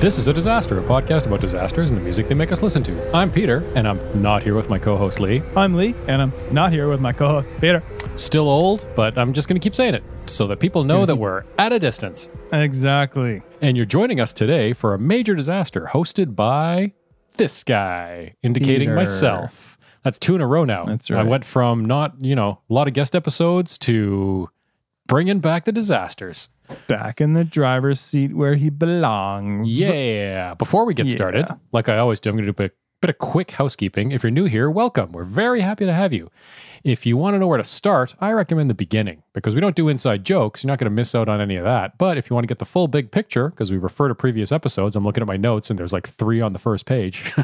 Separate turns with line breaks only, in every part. This is a disaster, a podcast about disasters and the music they make us listen to. I'm Peter, and I'm not here with my co-host Lee.
I'm Lee, and I'm not here with my co-host Peter.
Still old, but I'm just going to keep saying it so that people know
Mhm.
that we're at a distance.
Exactly.
And you're joining us today for a major disaster hosted by this guy, indicating
Peter.
myself. That's two in a row now.
That's
I
right.
went from not, you know, a lot of guest episodes to bringing back the disasters.
Back in the driver's seat where he belongs.
Yeah. Before we get
Yeah.
started, like I always do, I'm going to do a bit, bit of quick housekeeping. If you're new here, welcome. We're very happy to have you. If you want to know where to start, I recommend the beginning because we don't do inside jokes. You're not going to miss out on any of that. But if you want to get the full big picture, because we refer to previous episodes, I'm looking at my notes and there's like three on the first page.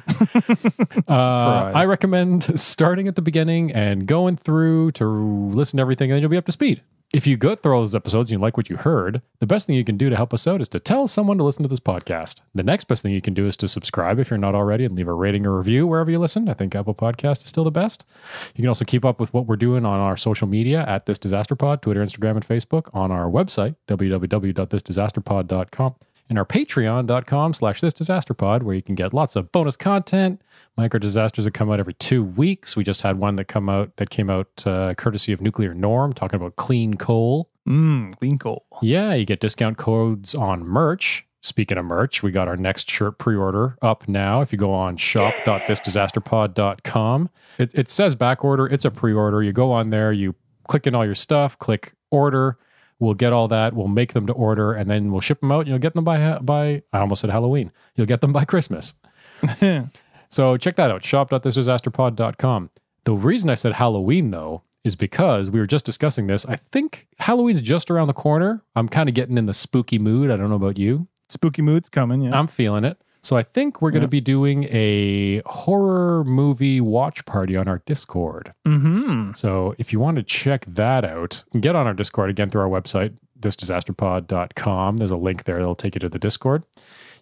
Uh,
Surprise.
I recommend starting at the beginning and going through to listen to everything, and then you'll be up to speed. If you go through all those episodes and you like what you heard, the best thing you can do to help us out is to tell someone to listen to this podcast. The next best thing you can do is to subscribe if you're not already and leave a rating or review wherever you listen. I think Apple Podcast is still the best. You can also keep up with what we're doing on our social media at This Disaster Pod, Twitter, Instagram, and Facebook, on our website, www.thisdisasterpod.com, and our patreon.com slash this disaster pod, where you can get lots of bonus content, micro disasters that come out every two weeks. We just had one that come out that came out uh, courtesy of Nuclear Norm, talking about clean coal.
Mmm, clean coal.
Yeah, you get discount codes on merch. Speaking of merch, we got our next shirt pre-order up now. If you go on shop.thisdisasterpod.com, it, it says back order. It's a pre-order. You go on there, you click in all your stuff, click order. We'll get all that. We'll make them to order, and then we'll ship them out. And you'll get them by ha- by I almost said Halloween. You'll get them by Christmas. So check that out, shop.thisdisasterpod.com. The reason I said Halloween, though, is because we were just discussing this. I think Halloween's just around the corner. I'm kind of getting in the spooky mood. I don't know about you.
Spooky mood's coming, yeah.
I'm feeling it. So I think we're going to
Yeah.
be doing a horror movie watch party on our Discord.
mm-hmm.
So if you want to check that out, you can get on our Discord again through our website, thisdisasterpod.com. There's a link there that'll take you to the Discord.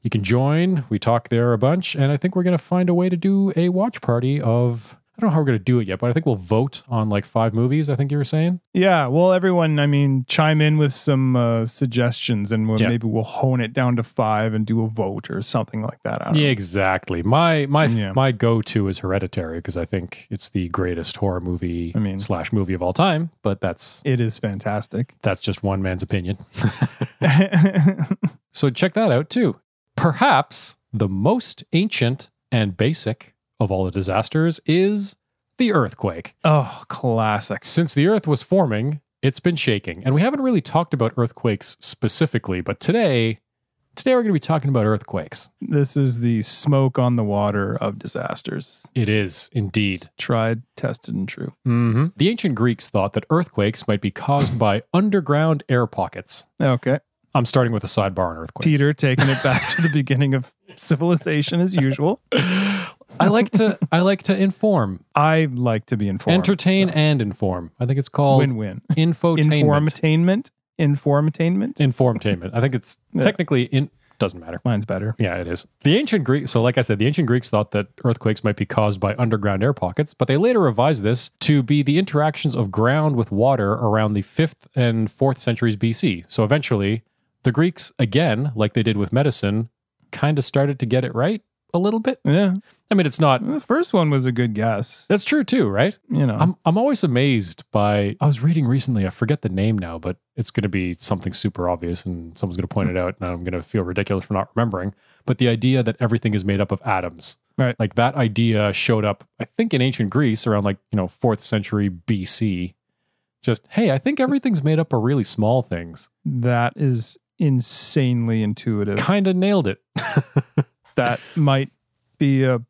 You can join. We talk there a bunch, and I think we're gonna find a way to do a watch party of I don't know how we're gonna do it yet, but I think we'll vote on like five movies, I think you were saying.
Yeah, well, everyone, I mean, chime in with some uh, suggestions and we'll,
Yeah.
maybe we'll hone it down to five and do a vote or something like that. I don't know.
Yeah, exactly. My my
Uh-huh. Yeah.
my go to is hereditary because I think it's the greatest horror movie
I mean-
slash movie of all time, but that's
It is fantastic.
that's just one man's opinion.
mm,
So check that out too. Perhaps the most ancient and basic of all the disasters is the earthquake.
oh, classic.
Since the earth was forming, it's been shaking. And we haven't really talked about earthquakes specifically, but today today we're going to be talking about earthquakes.
This is the smoke on the water of disasters.
It is indeed
Tried, tested, and true.
Mhm. The ancient Greeks thought that earthquakes might be caused by underground air pockets.
Okay.
I'm starting with a sidebar on earthquakes.
Peter taking it back to the beginning of civilization as usual.
I like to I like to inform,
I like to be informed.
entertain and inform. I think it's called
win win.
infotainment.
Informatainment. Informatainment.
Informtainment. I think it's
Yeah.
technically in doesn't matter.
Mine's better.
Yeah, it is. The ancient Greeks, so like I said, the ancient Greeks thought that earthquakes might be caused by underground air pockets, but they later revised this to be the interactions of ground with water around the 5th and 4th centuries BC. So eventually, the Greeks again, like they did with medicine, kind of started to get it right a little bit.
Yeah.
I mean, it's not
The first one was a good guess.
That's true too, right?
You know.
I'm I'm always amazed by I was reading recently, I forget the name now, but it's gonna be something super obvious and someone's gonna point it out and I'm gonna feel ridiculous for not remembering. But the idea that everything is made up of atoms.
Right.
Like that idea showed up, I think in ancient Greece around like, you know, fourth century BC. Just, hey, I think everything's made up of really small things.
that is insanely intuitive.
Kinda nailed it.
That might be a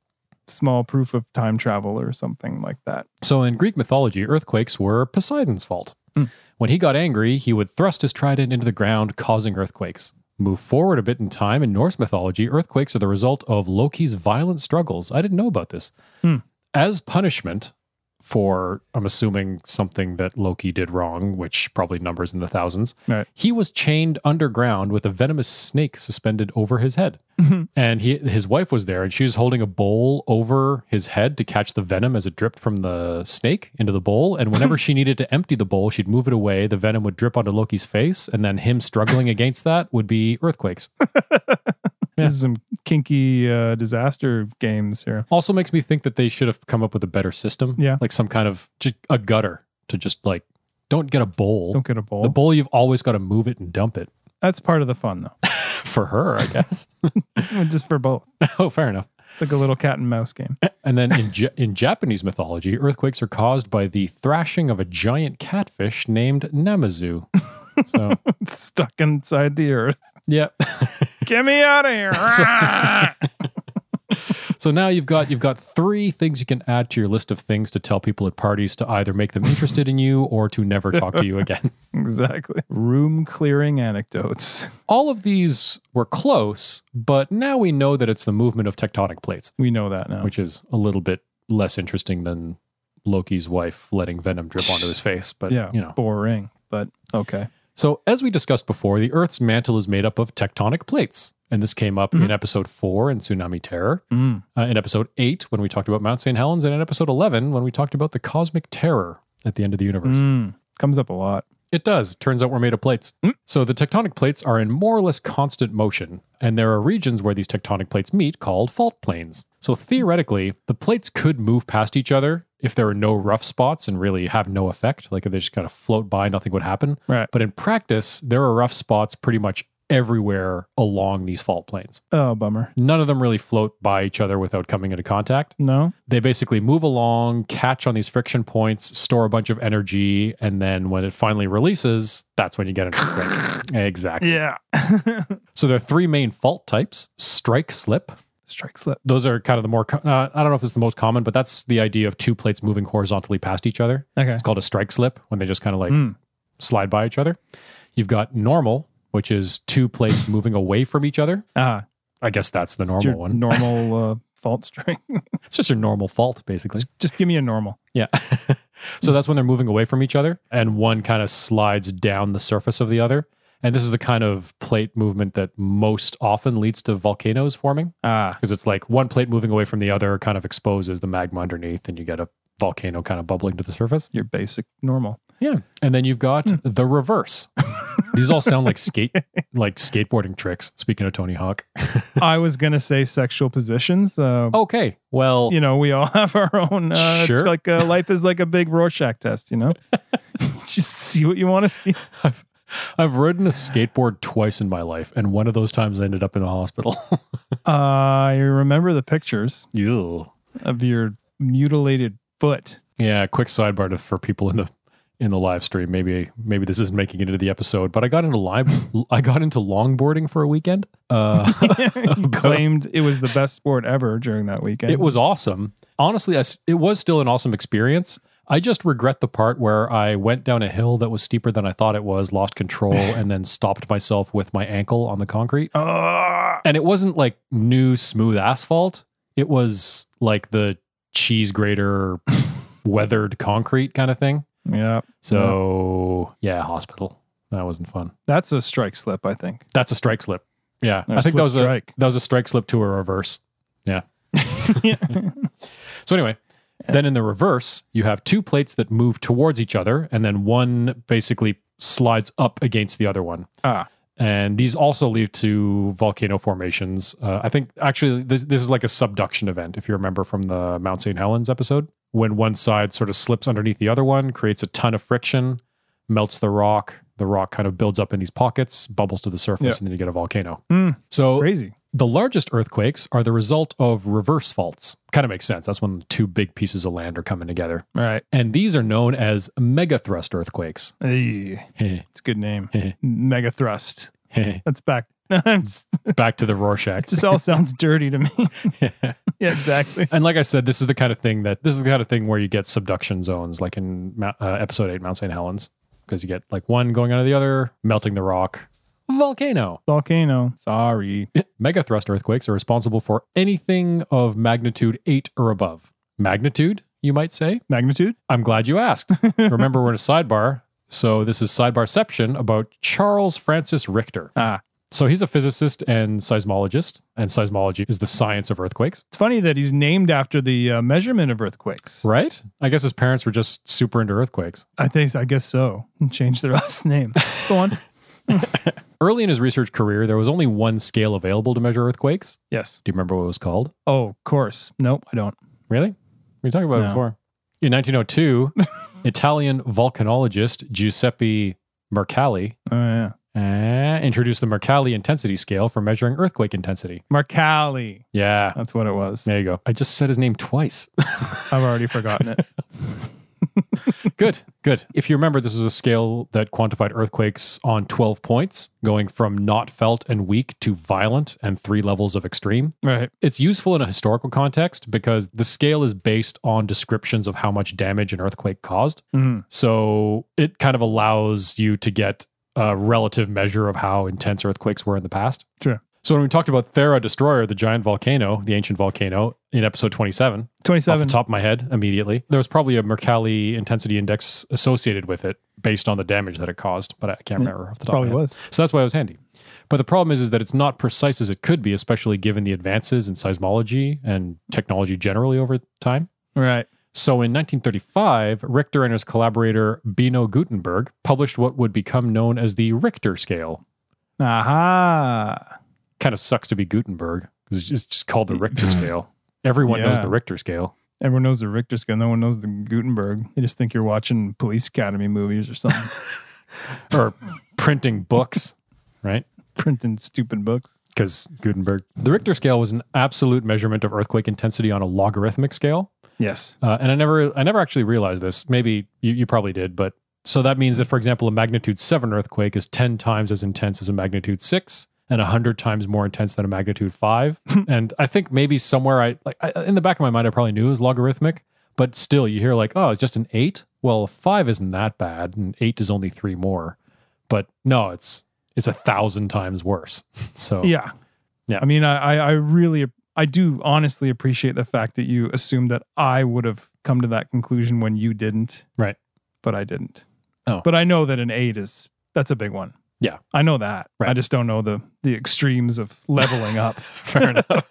small proof of time travel or something like that.
So in Greek mythology, earthquakes were Poseidon's fault.
Hmm.
When he got angry, he would thrust his trident into the ground, causing earthquakes. Move forward a bit in time in Norse mythology, earthquakes are the result of Loki's violent struggles. I didn't know about this.
Hmm.
As punishment for, I'm assuming, something that Loki did wrong, which probably numbers in the thousands,
Right.
he was chained underground with a venomous snake suspended over his head and he his wife was there and she was holding a bowl over his head to catch the venom as it dripped from the snake into the bowl and whenever she needed to empty the bowl she'd move it away the venom would drip onto loki's face and then him struggling against that would be earthquakes Yeah.
This is some kinky uh, disaster games here.
Also makes me think that they should have come up with a better system.
Yeah.
Like some kind of just a gutter to just like don't get a bowl.
Don't get a bowl.
The bowl you've always got to move it and dump it.
That's part of the fun, though.
For her, I guess.
Just for both.
oh, fair enough.
It's like a little cat and mouse game.
And then in, Ja- in Japanese mythology, earthquakes are caused by the thrashing of a giant catfish named Namazu. So,
It's stuck inside the earth.
yeah.
Get me out of here.
So now you've got you've got three things you can add to your list of things to tell people at parties to either make them interested in you or to never talk to you again.
exactly. Room clearing anecdotes.
All of these were close, but now we know that it's the movement of tectonic plates,
We know that now.
which is a little bit less interesting than Loki's wife letting venom drip onto his face, but
yeah.
you know.
Boring, but okay.
So, as we discussed before, the Earth's mantle is made up of tectonic plates. And this came up in
Mhm.
episode four in Tsunami Terror,
Mm.
uh, in episode eight when we talked about Mount St. Helens, and in episode 11 when we talked about the cosmic terror at the end of the universe.
Mm. Comes up a lot.
It does. Turns out we're made of plates.
Mm.
So, the tectonic plates are in more or less constant motion. And there are regions where these tectonic plates meet called fault planes. So, theoretically, the plates could move past each other if there were no rough spots and really have no effect. Like if they just kind of float by, nothing would happen.
Right.
But in practice, there are rough spots pretty much everywhere along these fault planes.
Oh, bummer.
None of them really float by each other without coming into contact.
No?
They basically move along, catch on these friction points, store a bunch of energy, and then when it finally releases, that's when you get an earthquake. exactly.
Yeah.
So there are three main fault types strike slip.
Strike slip.
Those are kind of the more, co- uh, I don't know if it's the most common, but that's the idea of two plates moving horizontally past each other.
Okay.
It's called a strike slip when they just kind of like
Mm.
slide by each other. You've got normal, which is two plates moving away from each other.
Ah,
I guess that's the
it's
normal
your
one.
Normal uh, fault string.
It's just your normal fault, basically.
just, just give me a normal.
Yeah. so that's when they're moving away from each other, and one kind of slides down the surface of the other. And this is the kind of plate movement that most often leads to volcanoes forming
Ah,
because it's like one plate moving away from the other kind of exposes the magma underneath, and you get a volcano kind of bubbling to the surface.
your basic normal.
Yeah. Hmm. And then you've got the reverse. These all sound like skate like skateboarding tricks, speaking of Tony Hawk.
I was going to say sexual positions. Uh,
Okay. Well,
You know, we all have our own. Uh,
Sure.
It's like uh, life is like a big Rorschach test, you know? Just see what you want to see.
I've ridden a skateboard twice in my life, and one of those times I ended up in a hospital.
Uh, I remember the pictures
Ew.
of your mutilated foot.
Yeah, quick sidebar to, for people in the in the live stream. Maybe maybe this isn't making it into the episode, but I got into live I got into longboarding for a weekend. Uh
you claimed it was the best sport ever during that weekend.
It was awesome. Honestly, I s it was still an awesome experience. I just regret the part where I went down a hill that was steeper than I thought it was, lost control, and then stopped myself with my ankle on the concrete.
Ah!
And it wasn't like new smooth asphalt. It was like the cheese grater weathered concrete kind of thing.
yeah.
So, yeah, hospital. That wasn't fun.
That's a strike slip, I think.
That's a strike slip. Yeah.
Or
I think
slip
that was
strike.
a that was a strike slip to a reverse. So anyway, then in the reverse, you have two plates that move towards each other, and then one basically slides up against the other one.
Ah.
And these also lead to volcano formations. Uh, I think actually this this is like a subduction event, if you remember from the Mount St. Helens episode, when one side sort of slips underneath the other one, creates a ton of friction, melts the rock. The rock kind of builds up in these pockets, bubbles to the surface,
Yeah.
and then you get a volcano.
Hmm.
So
Crazy.
the largest earthquakes are the result of reverse faults. Kind of makes sense. That's when two big pieces of land are coming together.
All right.
And these are known as megathrust earthquakes.
Hey, it's a good name. Mega thrust.
Back
That's back. I'm just,
to the
it
Rorschach.
just all sounds dirty to me. yeah, exactly.
And like I said, this is the kind of thing that this is the kind of thing where you get subduction zones, like in Mou- uh, episode eight, Mount St. Helens, because you get like one going under the other, melting the rock. Volcano.
Volcano. Sorry.
Megathrust earthquakes are responsible for anything of magnitude eight or above. Magnitude, you might say?
Magnitude?
I'm glad you asked. Remember, we're in a sidebar. So this is sidebarception about Charles Francis Richter.
Ah.
So he's a physicist and seismologist, and seismology is the science of earthquakes,
It's funny that he's named after the uh, measurement of earthquakes.
right? I guess his parents were just super into earthquakes.
I think I guess so. And Change their last name. Go on.
Early in his research career, there was only one scale available to measure earthquakes.
Yes.
Do you remember what it was called?
Oh, of course. Nope, I don't.
Really? We talked about it
No.
before. In 1902, Italian volcanologist Giuseppe Mercalli
Oh yeah.
uh, introduced the Mercalli intensity scale for measuring earthquake intensity.
Marcali.
Yeah.
That's what it was.
There you go. I just said his name twice.
I've already forgotten it.
good, good. If you remember, this was a scale that quantified earthquakes on 12 points, going from not felt and weak to violent and three levels of extreme.
Right.
It's useful in a historical context because the scale is based on descriptions of how much damage an earthquake caused.
Mm.
So it kind of allows you to get a relative measure of how intense earthquakes were in the past.
Sure.
So when we talked about Thera Destroyer, the giant volcano, the ancient volcano, in episode 27, off
27.
the top of my head immediately, there was probably a Mercalli intensity index associated with it based on the damage that it caused, but I can't
Yeah,
remember off the top of my
Probably
head.
was.
So that's why it was handy. But the problem is, is that it's not precise as it could be, especially given the advances in seismology and technology generally over time.
Right.
So in 1935, Richter and his collaborator Bino Gutenberg published what would become known as the Richter scale.
Aha.
Kind of sucks to be Gutenberg because it's just called the Richter scale. Everyone knows
Yeah.
the Richter scale.
Everyone knows the Richter scale. No one knows the Gutenberg. They just think you're watching Police Academy movies or something,
or printing books, right?
printing stupid books.
Because Gutenberg. The Richter scale was an absolute measurement of earthquake intensity on a logarithmic scale.
Yes.
Uh, and I never, I never actually realized this. Maybe you, you probably did, but so that means that, for example, a magnitude seven earthquake is ten times as intense as a magnitude six, and hundred times more intense than a magnitude five. and I think maybe somewhere I, like, I, in the back of my mind, I probably knew it was logarithmic, but still, you hear like, oh, it's just an eight. Well, a five isn't that bad, and eight is only three more. But no, it's it's a thousand times worse. So
Yeah.
Yeah.
I mean, I, I, I really, I do honestly appreciate the fact that you assumed that I would have come to that conclusion when you didn't.
Right.
But I didn't.
Oh.
But I know that an eight is, that's a big one.
Yeah.
I know that.
Right.
I just don't know the, the extremes of leveling up.
Fair enough.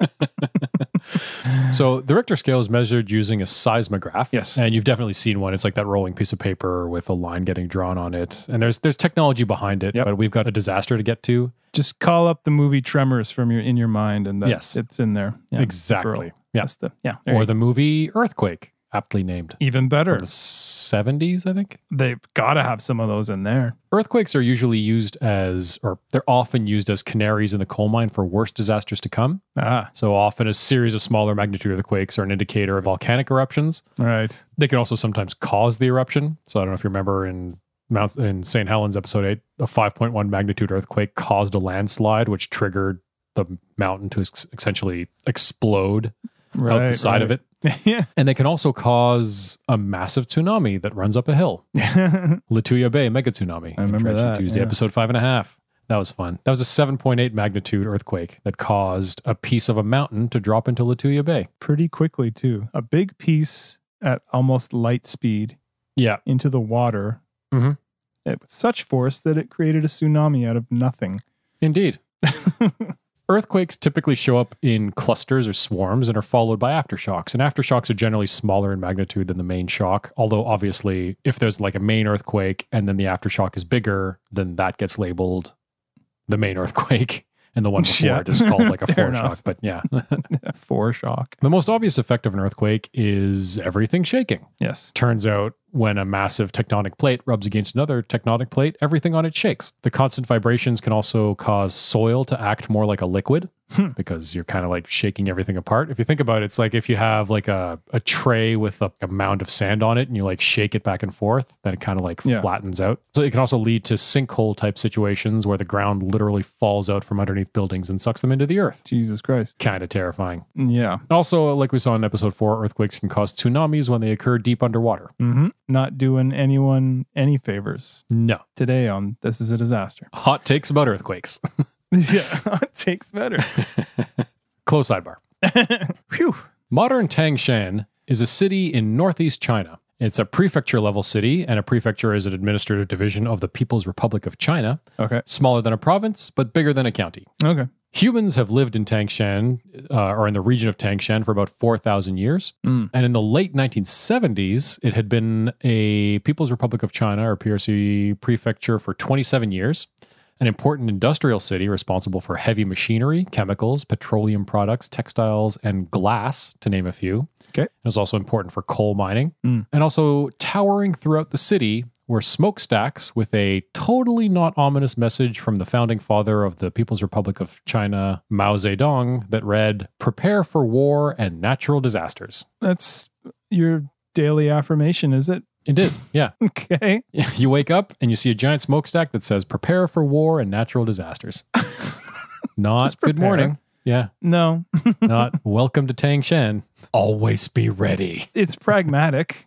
so the Richter scale is measured using a seismograph.
Yes.
And you've definitely seen one. It's like that rolling piece of paper with a line getting drawn on it. And there's there's technology behind it,
Yep.
but we've got a disaster to get to.
Just call up the movie Tremors from your, in your mind and that
Yes.
it's in there. Yeah.
exactly.
Girl.
Yeah.
That's the, yeah. there
Or
you
the movie Earthquake, aptly named.
go. even better.
From the 70s, I think.
They've got to have some of those in there.
Earthquakes are usually used as, or they're often used as canaries in the coal mine for worse disasters to come.
Ah,
So often a series of smaller magnitude earthquakes are an indicator of volcanic eruptions.
right.
they can also sometimes cause the eruption. So I don't know if you remember in Mount in St. Helens episode eight, a 5.1 magnitude earthquake caused a landslide, which triggered the mountain to ex- essentially explode
Right.
out Oh, the side of it.
it. yeah.
And they can also cause a massive tsunami that runs up a hill. Lituya Bay mega tsunami.
I remember
Traction
that,
Tuesday
yeah.
episode five and a half. That was fun. That was a 7.8 magnitude earthquake that caused a piece of a mountain to drop into Lituya Bay.
pretty quickly too. A big piece at almost light speed
Yeah.
into the water.
Mhm.
At such force that it created a tsunami out of nothing.
Indeed. Earthquakes typically show up in clusters or swarms and are followed by aftershocks. And aftershocks are generally smaller in magnitude than the main shock. Although, obviously, if there's like a main earthquake and then the aftershock is bigger, then that gets labeled the main earthquake. And the one before
Yeah.
it is called like a
Fair
foreshock.
enough.
But yeah.
Foreshock.
the most obvious effect of an earthquake is everything shaking.
Yes.
Turns out when a massive tectonic plate rubs against another tectonic plate, everything on it shakes. The constant vibrations can also cause soil to act more like a liquid
Hmm.
because you're kind of like shaking everything apart. If you think about it, it's like if you have like a, a tray with a, a mound of sand on it and you like shake it back and forth, then it kind of like
Yeah.
flattens out. So it can also lead to sinkhole type situations where the ground literally falls out from underneath buildings and sucks them into the earth.
Jesus Christ.
Kind of terrifying.
Yeah.
Also, like we saw in episode four, earthquakes can cause tsunamis when they occur deep underwater.
hmm Not doing anyone any favors
No.
today on This Is a Disaster.
hot takes about earthquakes.
yeah. It takes better.
Close sidebar.
Phew.
Modern Tangshan is a city in northeast China. It's a prefecture level city, and a prefecture is an administrative division of the People's Republic of China,
Okay.
smaller than a province, but bigger than a county.
Okay.
Humans have lived in Tangshan, uh, or in the region of Tangshan, for about 4,000 years.
Mm.
And in the late 1970s, it had been a People's Republic of China, or PRC, prefecture for 27 years. an important industrial city responsible for heavy machinery, chemicals, petroleum products, textiles, and glass, to name a few.
Okay.
It was also important for coal mining
Mm.
and also towering throughout the city were smokestacks with a totally not ominous message from the founding father of the People's Republic of China, Mao Zedong, that read, Prepare for war and natural disasters.
That's your daily affirmation, is it?
It is, yeah.
Okay.
You wake up and you see a giant smokestack that says, Prepare for war and natural disasters. Not
Just
good
prepare.
morning. Yeah.
No,
Not welcome to Tangshan. Always be ready.
it's pragmatic.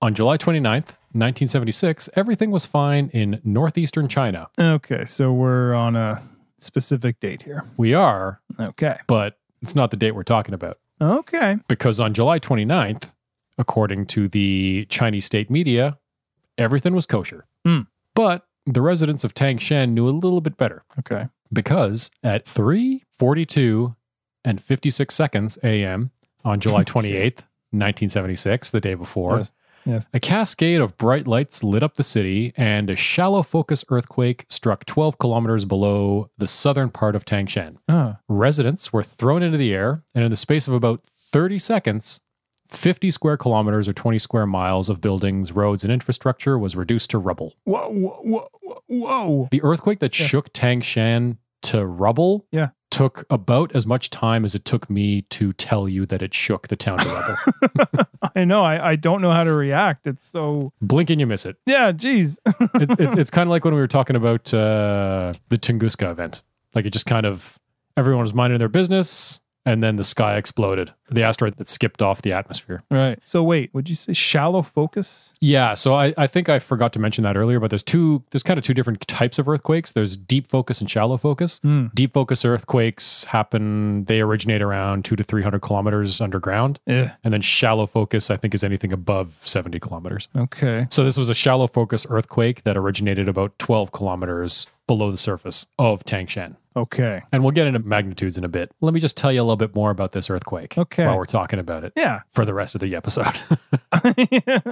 On July 29th, 1976, everything was fine in northeastern China.
okay, so we're on a specific date here.
We are,
Okay.
but it's not the date we're talking about
Okay.
because on July 29th, according to the Chinese state media, everything was kosher.
Hmm.
But the residents of Tangshan knew a little bit better
Okay.
because at 3:42 and 56 seconds a.m. on July 28th, 1976, the day before,
Yes. Yes.
a cascade of bright lights lit up the city and a shallow focus earthquake struck 12 kilometers below the southern part of Tangshan
Oh,
residents were thrown into the air, and in the space of about 30 seconds, 50 square kilometers or 20 square miles of buildings, roads, and infrastructure was reduced to rubble.
whoa, whoa, whoa, whoa.
The earthquake that
Yeah.
shook Tangshan to rubble
Yeah.
took about as much time as it took me to tell you that it shook the town to rubble.
I know. I, I don't know how to react. It's so,
Blink and you miss it.
yeah, geez.
it it's it's kind of like when we were talking about uh, the Tunguska event. Like it just kind of, everyone was minding their business, and then the sky exploded. The asteroid that skipped off the atmosphere.
Right. So, wait, would you say shallow focus?
Yeah, so I, I think I forgot to mention that earlier, but there's two there's kind of two different types of earthquakes. There's deep focus and shallow focus.
Hmm.
Deep focus earthquakes happen; they originate around two to three hundred kilometers underground,
Yeah.
and then shallow focus I think is anything above seventy kilometers.
Okay.
So this was a shallow focus earthquake that originated about twelve kilometers below the surface of Tangshan,
Okay.
and we'll get into magnitudes in a bit. Let me just tell you a little bit more about this earthquake
Okay.
while we're talking about it
Yeah.
for the rest of the episode.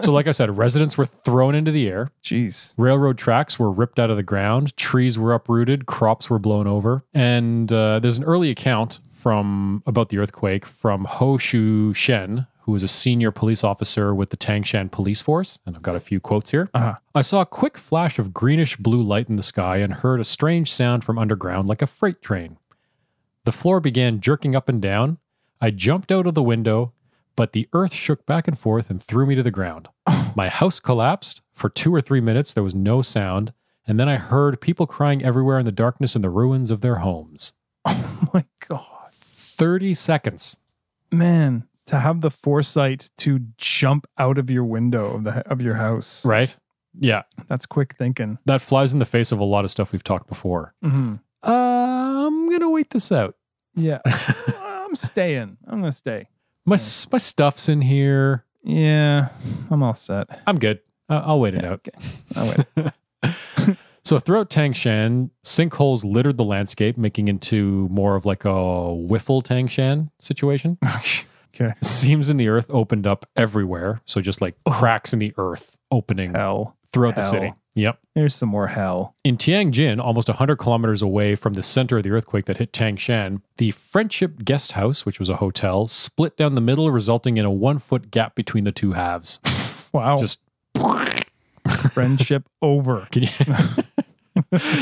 so, like I said, residents were thrown into the air.
Jeez.
Railroad tracks were ripped out of the ground, trees were uprooted, crops were blown over. And uh, there's an early account from about the earthquake from Ho Shu Shen, who was a senior police officer with the Tangshan police force. And I've got a few quotes here.
Uh-huh.
I saw a quick flash of greenish blue light in the sky and heard a strange sound from underground like a freight train. The floor began jerking up and down. I jumped out of the window, but the earth shook back and forth and threw me to the ground. My house collapsed. For two or three minutes, there was no sound. And then I heard people crying everywhere in the darkness in the ruins of their homes.
Oh, my God.
30 seconds.
Man, to have the foresight to jump out of your window of, the, of your house.
Right? Yeah.
That's quick thinking.
That flies in the face of a lot of stuff we've talked before.
hmm
Uh, I'm going to wait this out.
Yeah. I'm staying. I'm going to stay.
My, s my stuff's in here.
Yeah. I'm all set.
I'm good. Uh, I'll wait it out.
I'll wait.
So throughout Tangshan, sinkholes littered the landscape, making into more of like a wiffle Tangshan situation.
okay.
Seams in the earth opened up everywhere, so just like cracks in the earth opening
Hell.
throughout the
hell.
city. Yep.
There's some more hell.
In Tianjin, almost 100 kilometers away from the center of the earthquake that hit Tangshan, the Friendship Guest House, which was a hotel, split down the middle, resulting in a one foot gap between the two halves.
Wow.
Just
friendship over.
Can you?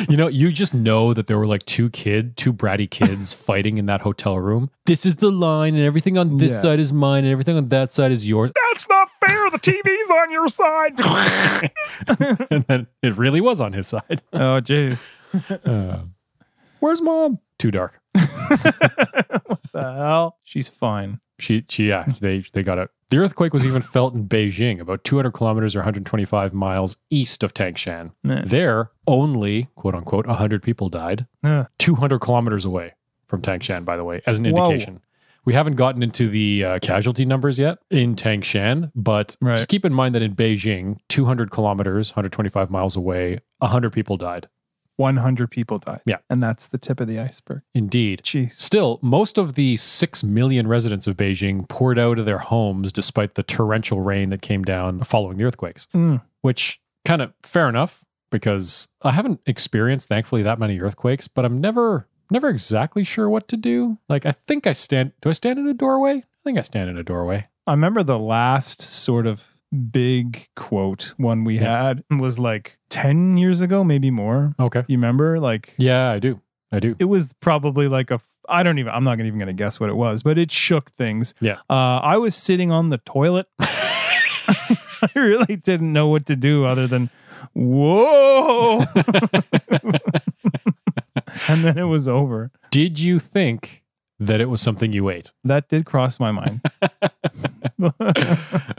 you know, you just know that there were like two kid, two bratty kids fighting in that hotel room. This is the line, and everything on this
Yeah.
side is mine, and everything on that side is yours.
That's not fair. The TV's on your side.
and then it really was on his side.
oh, jeez.
Uh, where's mom? Too dark.
The hell? She's fine.
She, she, yeah, they, they got it. The earthquake was even felt in Beijing, about 200 kilometers or 125 miles east of Tangshan.
Meh.
There, only quote unquote 100 people died.
Huh.
200 kilometers away from Tangshan, by the way, as an
Whoa.
indication. We haven't gotten into the uh, casualty numbers yet in Tangshan, but
Right.
just keep in mind that in Beijing, 200 kilometers, 125 miles away, 100 people died.
100 people died.
Yeah.
And that's the tip of the iceberg.
Indeed.
Jeez.
Still, most of the 6 million residents of Beijing poured out of their homes despite the torrential rain that came down following the earthquakes,
Mm.
which kind of fair enough. because I haven't experienced, thankfully, that many earthquakes, but I'm never never exactly sure what to do. Like I think I stand do I stand in a doorway? I think I stand in a doorway.
I remember the last sort of big quote one we
Yeah.
had was like 10 years ago, maybe more.
Okay.
You remember? Like
Yeah, I do. I do.
it was probably like a f- I don't even I'm not even going to guess what it was, but it shook things.
Yeah.
Uh, I was sitting on the toilet. I really didn't know what to do other than whoa. and then it was over.
Did you think that it was something you ate?
That did cross my mind.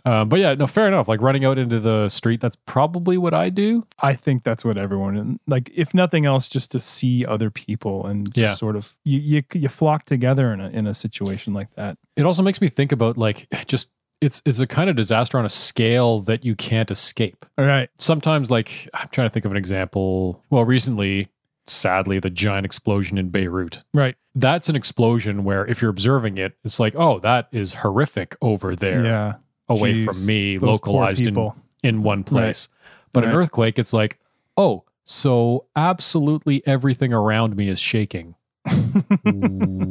um, but yeah, no, fair enough. Like running out into the street, that's probably what I do.
I think that's what everyone like. If nothing else, just to see other people and just
Yeah.
sort of you, you you flock together in a in a situation like that.
It also makes me think about like just it's it's a kind of disaster on a scale that you can't escape.
All right.
Sometimes like I'm trying to think of an example. Well, recently, sadly, the giant explosion in Beirut.
Right.
That's an explosion where if you're observing it, it's like, oh, that is horrific over there,
Yeah.
away
Jeez.
from me,
Those poor
localized in
people.
in one place. But an
Right.
earthquake, it's like, oh, so absolutely everything around me is shaking.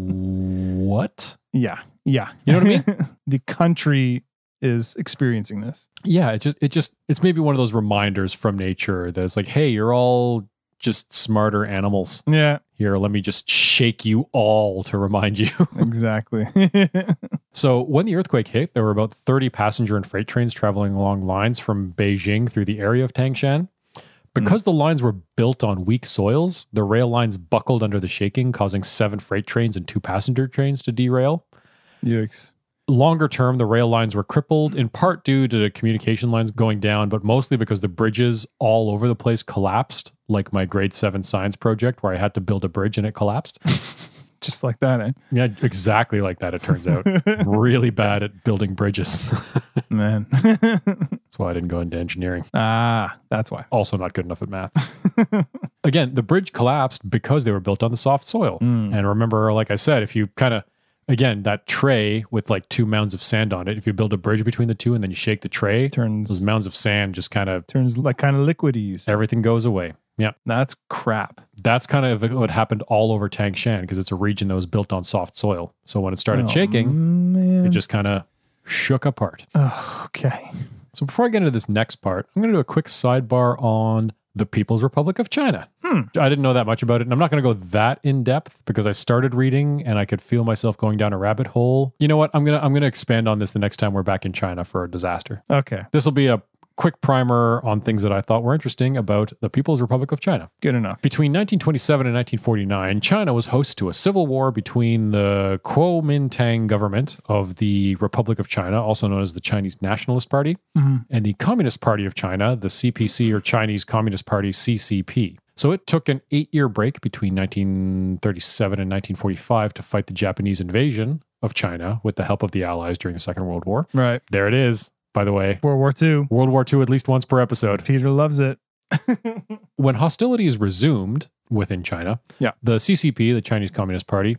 what?
yeah. Yeah.
You know what I mean?
the country is experiencing this.
Yeah, it just it just it's maybe one of those reminders from nature that it's like, hey, you're all just smarter animals.
Yeah.
Here, let me just shake you all to remind you.
Exactly.
So, when the earthquake hit, there were about 30 passenger and freight trains traveling along lines from Beijing through the area of Tangshan. Because the lines were built on weak soils, the rail lines buckled under the shaking, causing seven freight trains and two passenger trains to derail.
Yikes.
Longer term, the rail lines were crippled, in part due to the communication lines going down, but mostly because the bridges all over the place collapsed, like my grade seven science project, where I had to build a bridge and it collapsed.
Just like that, eh?
Yeah, exactly like that, it turns out. really bad at building bridges.
Man.
That's why I didn't go into engineering.
ah, that's why.
Also, not good enough at math. Again, the bridge collapsed because they were built on the soft soil.
Mm.
And remember, like I said, if you kind of, again, that tray with like two mounds of sand on it, if you build a bridge between the two and then you shake the tray, those
Turns
mounds of sand just kind of,
turns like kind of liquidies.
everything goes away. Yeah.
That's crap.
That's kind of what happened all over Tangshan because it's a region that was built on soft soil. So when it started
Oh,
shaking,
Man.
it just kind of shook apart.
Ugh, okay.
So before I get into this next part, I'm going to do a quick sidebar on the People's Republic of China.
Hmm.
I didn't know that much about it, and I'm not going to go that in depth because I started reading and I could feel myself going down a rabbit hole. You know what? I'm gonna I'm gonna expand on this the next time we're back in China for a disaster.
Okay.
This will be a quick primer on things that I thought were interesting about the People's Republic of China.
Good enough.
Between 1927 and 1949, China was host to a civil war between the Kuomintang government of the Republic of China, also known as the Chinese Nationalist Party,
Mhm.
and the Communist Party of China, the CPC or Chinese Communist Party, CCP. So it took an eight year break between 1937 and 1945 to fight the Japanese invasion of China with the help of the Allies during the Second World War.
Right.
There it is, by the way.
World War II.
World War II at least once per episode
Peter loves it.
when hostilities resumed within China,
Yeah.
the CCP, the Chinese Communist Party,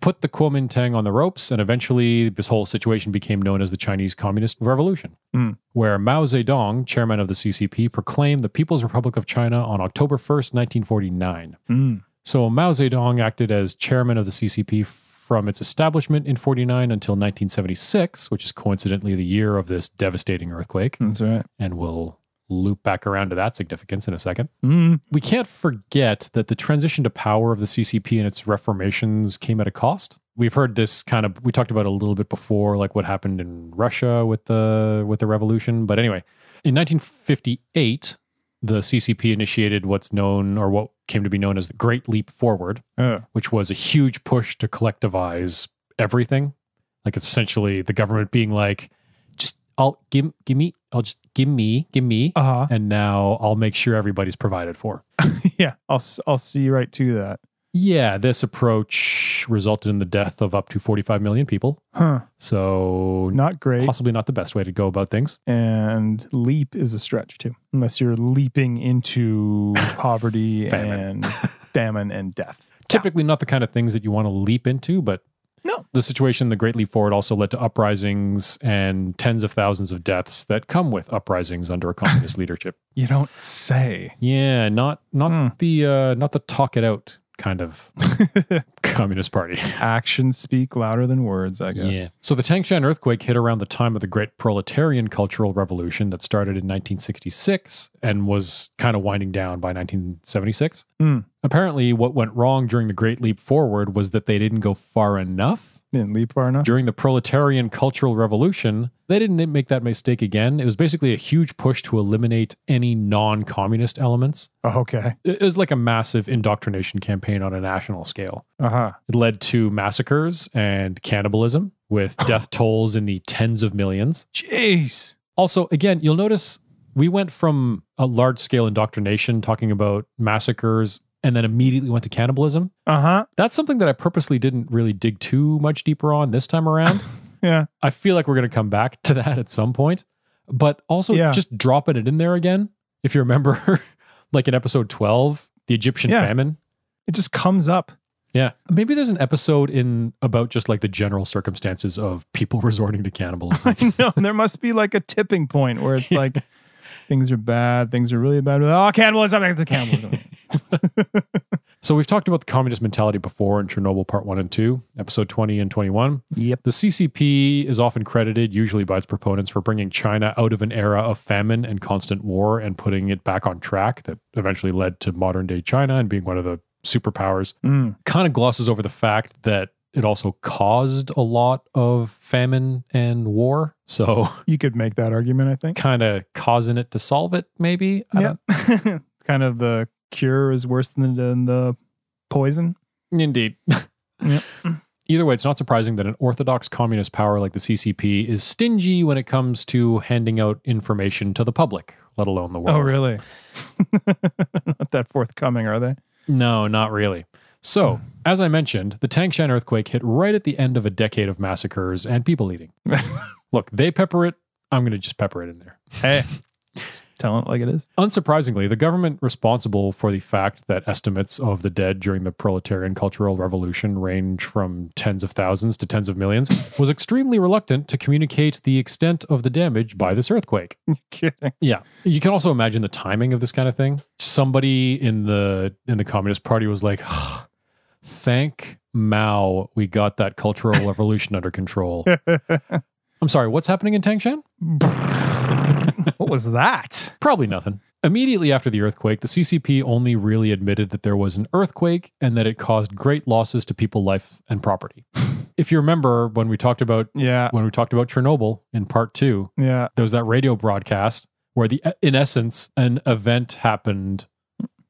put the Kuomintang on the ropes, and eventually this whole situation became known as the Chinese Communist Revolution,
Mm.
where Mao Zedong, chairman of the CCP, proclaimed the People's Republic of China on October 1st, 1949.
Mm.
So Mao Zedong acted as chairman of the CCP from its establishment in 49 until 1976, which is coincidentally the year of this devastating earthquake,
That's right.
and we'll loop back around to that significance in a second
Mm.
we can't forget that the transition to power of the CCP and its reformations came at a cost. We've heard this kind of we talked about it a little bit before, like what happened in Russia with the with the revolution. But anyway, in 1958, the CCP initiated what's known or what came to be known as the Great Leap Forward,
Uh,
which was a huge push to collectivize everything. Like it's essentially the government being like, just I'll give give me, I'll just give me, give me,
uh-huh.
and now I'll make sure everybody's provided for.
yeah. I'll, s- I'll see right to that.
Yeah, this approach resulted in the death of up to 45 million people.
Huh.
So,
Not great.
possibly not the best way to go about things.
And leap is a stretch too, unless you're leaping into poverty
Famine.
and famine and death.
Typically, not the kind of things that you want to leap into, but
No.
The situation in the Great Leap Forward also led to uprisings and tens of thousands of deaths that come with uprisings under a communist leadership.
You don't say.
Yeah, not not
Hmm.
the uh, not the talk it out kind of communist party.
Actions speak louder than words, I guess.
So the Tangshan earthquake hit around the time of the Great Proletarian Cultural Revolution that started in 1966 and was kind of winding down by 1976.
Hmm.
Apparently, what went wrong during the Great Leap Forward was that they didn't go far enough.
Didn't leap far enough.
During the Proletarian Cultural Revolution, they didn't make that mistake again. It was basically a huge push to eliminate any non communist elements.
Oh, okay.
It was like a massive indoctrination campaign on a national scale.
Uh huh.
It led to massacres and cannibalism with death tolls in the tens of millions.
Jeez.
Also, again, you'll notice we went from a large scale indoctrination talking about massacres and then immediately went to cannibalism.
Uh huh.
That's something that I purposely didn't really dig too much deeper on this time around.
Yeah.
I feel like we're going to come back to that at some point, but also
Yeah.
just dropping it in there again. If you remember, like in episode 12, the Egyptian
Yeah.
famine.
It just comes up.
Yeah. Maybe there's an episode in about just like the general circumstances of people resorting to cannibalism.
no, there must be like a tipping point where it's like things are bad, things are really bad. Oh, cannibalism, it's a cannibalism.
so we've talked about the communist mentality before in Chernobyl part 1 and 2, episode 20 and 21.
yep.
The CCP is often credited usually by its proponents for bringing China out of an era of famine and constant war and putting it back on track that eventually led to modern day China and being one of the superpowers.
Mm.
Kind of glosses over the fact that it also caused a lot of famine and war. So
You could make that argument, I think.
kind of causing it to solve it, maybe. I
Yeah. kind of the cure is worse than, than the poison.
don't- Indeed.
Yep.
Either way, it's not surprising that an orthodox communist power like the CCP is stingy when it comes to handing out information to the public, let alone the world.
Oh, really? Not that forthcoming, are they?
No, not really. So,
Hmm.
as I mentioned, the Tangshan earthquake hit right at the end of a decade of massacres and people eating. Look, they pepper it. I'm going to just pepper it in there.
hey, just tell it like it is.
Unsurprisingly, the government responsible for the fact that estimates of the dead during the proletarian cultural revolution range from tens of thousands to tens of millions was extremely reluctant to communicate the extent of the damage by this earthquake.
Kidding.
Yeah. You can also imagine the timing of this kind of thing. Somebody in the in the Communist Party was like, "Ugh, "Thank Mao, we got that cultural revolution under control." I'm sorry, what's happening in Tangshan?
what was that?
Probably nothing. Immediately after the earthquake, the CCP only really admitted that there was an earthquake and that it caused great losses to people, life, and property. if you remember when we talked about
Yeah.
when we talked about Chernobyl in part 2,
Yeah.
there was that radio broadcast where the in essence an event happened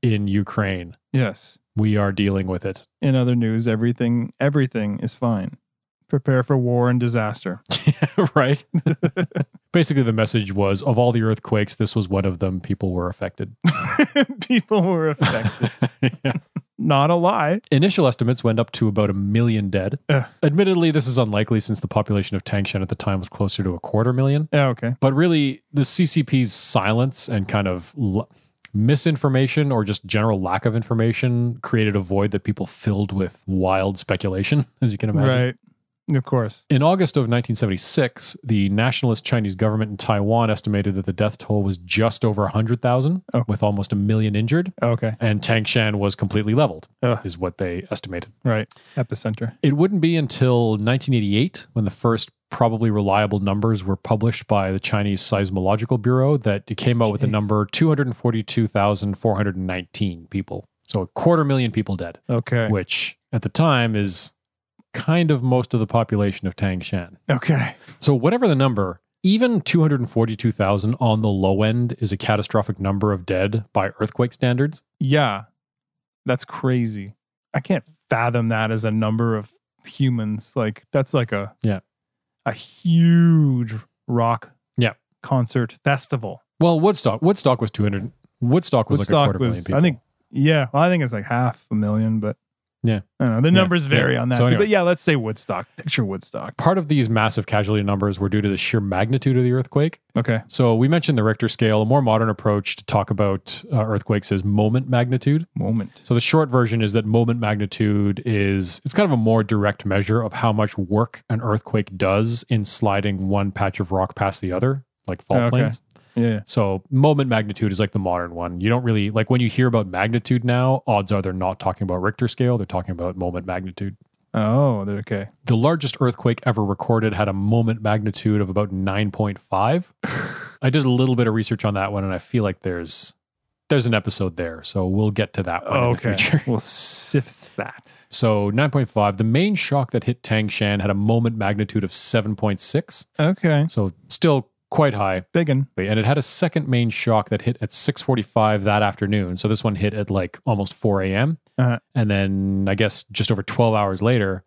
in Ukraine.
Yes.
We are dealing with it.
In other news, everything everything is fine. Prepare for war and disaster.
right? Basically the message was of all the earthquakes, this was one of them people were affected.
People were affected.
Yeah.
Not a lie.
Initial estimates went up to about a million dead.
Ugh.
Admittedly, this is unlikely since the population of Tangshan at the time was closer to a quarter million.
Yeah, okay.
But really, the CCP's silence and kind of l- misinformation or just general lack of information created a void that people filled with wild speculation, as you can imagine.
Right. Of course.
In August of 1976, the nationalist Chinese government in Taiwan estimated that the death toll was just over 100,000,
Oh.
with almost a million injured,
Okay.
and Tangshan was completely leveled,
Ugh.
is what they estimated.
Right. Epicenter.
It wouldn't be until 1988 when the first probably reliable numbers were published by the Chinese Seismological Bureau that it came out with the
Jeez.
number 242,419 people. So a quarter million people dead,
Okay.
which at the time is kind of most of the population of Tangshan.
Okay.
So whatever the number, even 242,000 on the low end is a catastrophic number of dead by earthquake standards.
Yeah. That's crazy. I can't fathom that as a number of humans. Like that's like a
Yeah.
a huge rock
Yeah.
concert festival.
Well, Woodstock, Woodstock was 200 Woodstock was like a
Woodstock
quarter million
was-
people.
I think yeah, well, I think it's like half a million, but
Yeah.
I don't know. The
Yeah,
numbers vary
yeah.
on that.
So
too,
anyway.
But yeah, let's say Woodstock. Picture Woodstock.
Part of these massive casualty numbers were due to the sheer magnitude of the earthquake.
Okay.
So we mentioned the Richter scale. A more modern approach to talk about uh, earthquakes is moment magnitude.
Moment.
So the short version is that moment magnitude is it's kind of a more direct measure of how much work an earthquake does in sliding one patch of rock past the other, like fault
Okay.
planes.
Yeah.
So moment magnitude is like the modern one. You don't really like when you hear about magnitude now, odds are they're not talking about Richter scale, they're talking about moment magnitude.
Oh, they're okay.
The largest earthquake ever recorded had a moment magnitude of about 9.5. I did a little bit of research on that one and I feel like there's there's an episode there. So we'll get to that one in
Okay.
the future.
we'll sift that.
So 9.5, the main shock that hit Tangshan had a moment magnitude of 7.6,
Okay.
so still quite high.
Biggin.
And it had a second main shock that hit at 6:45 that afternoon. So this one hit at like almost 4 a.m.
Uh-huh.
And then I guess just over 12 hours later,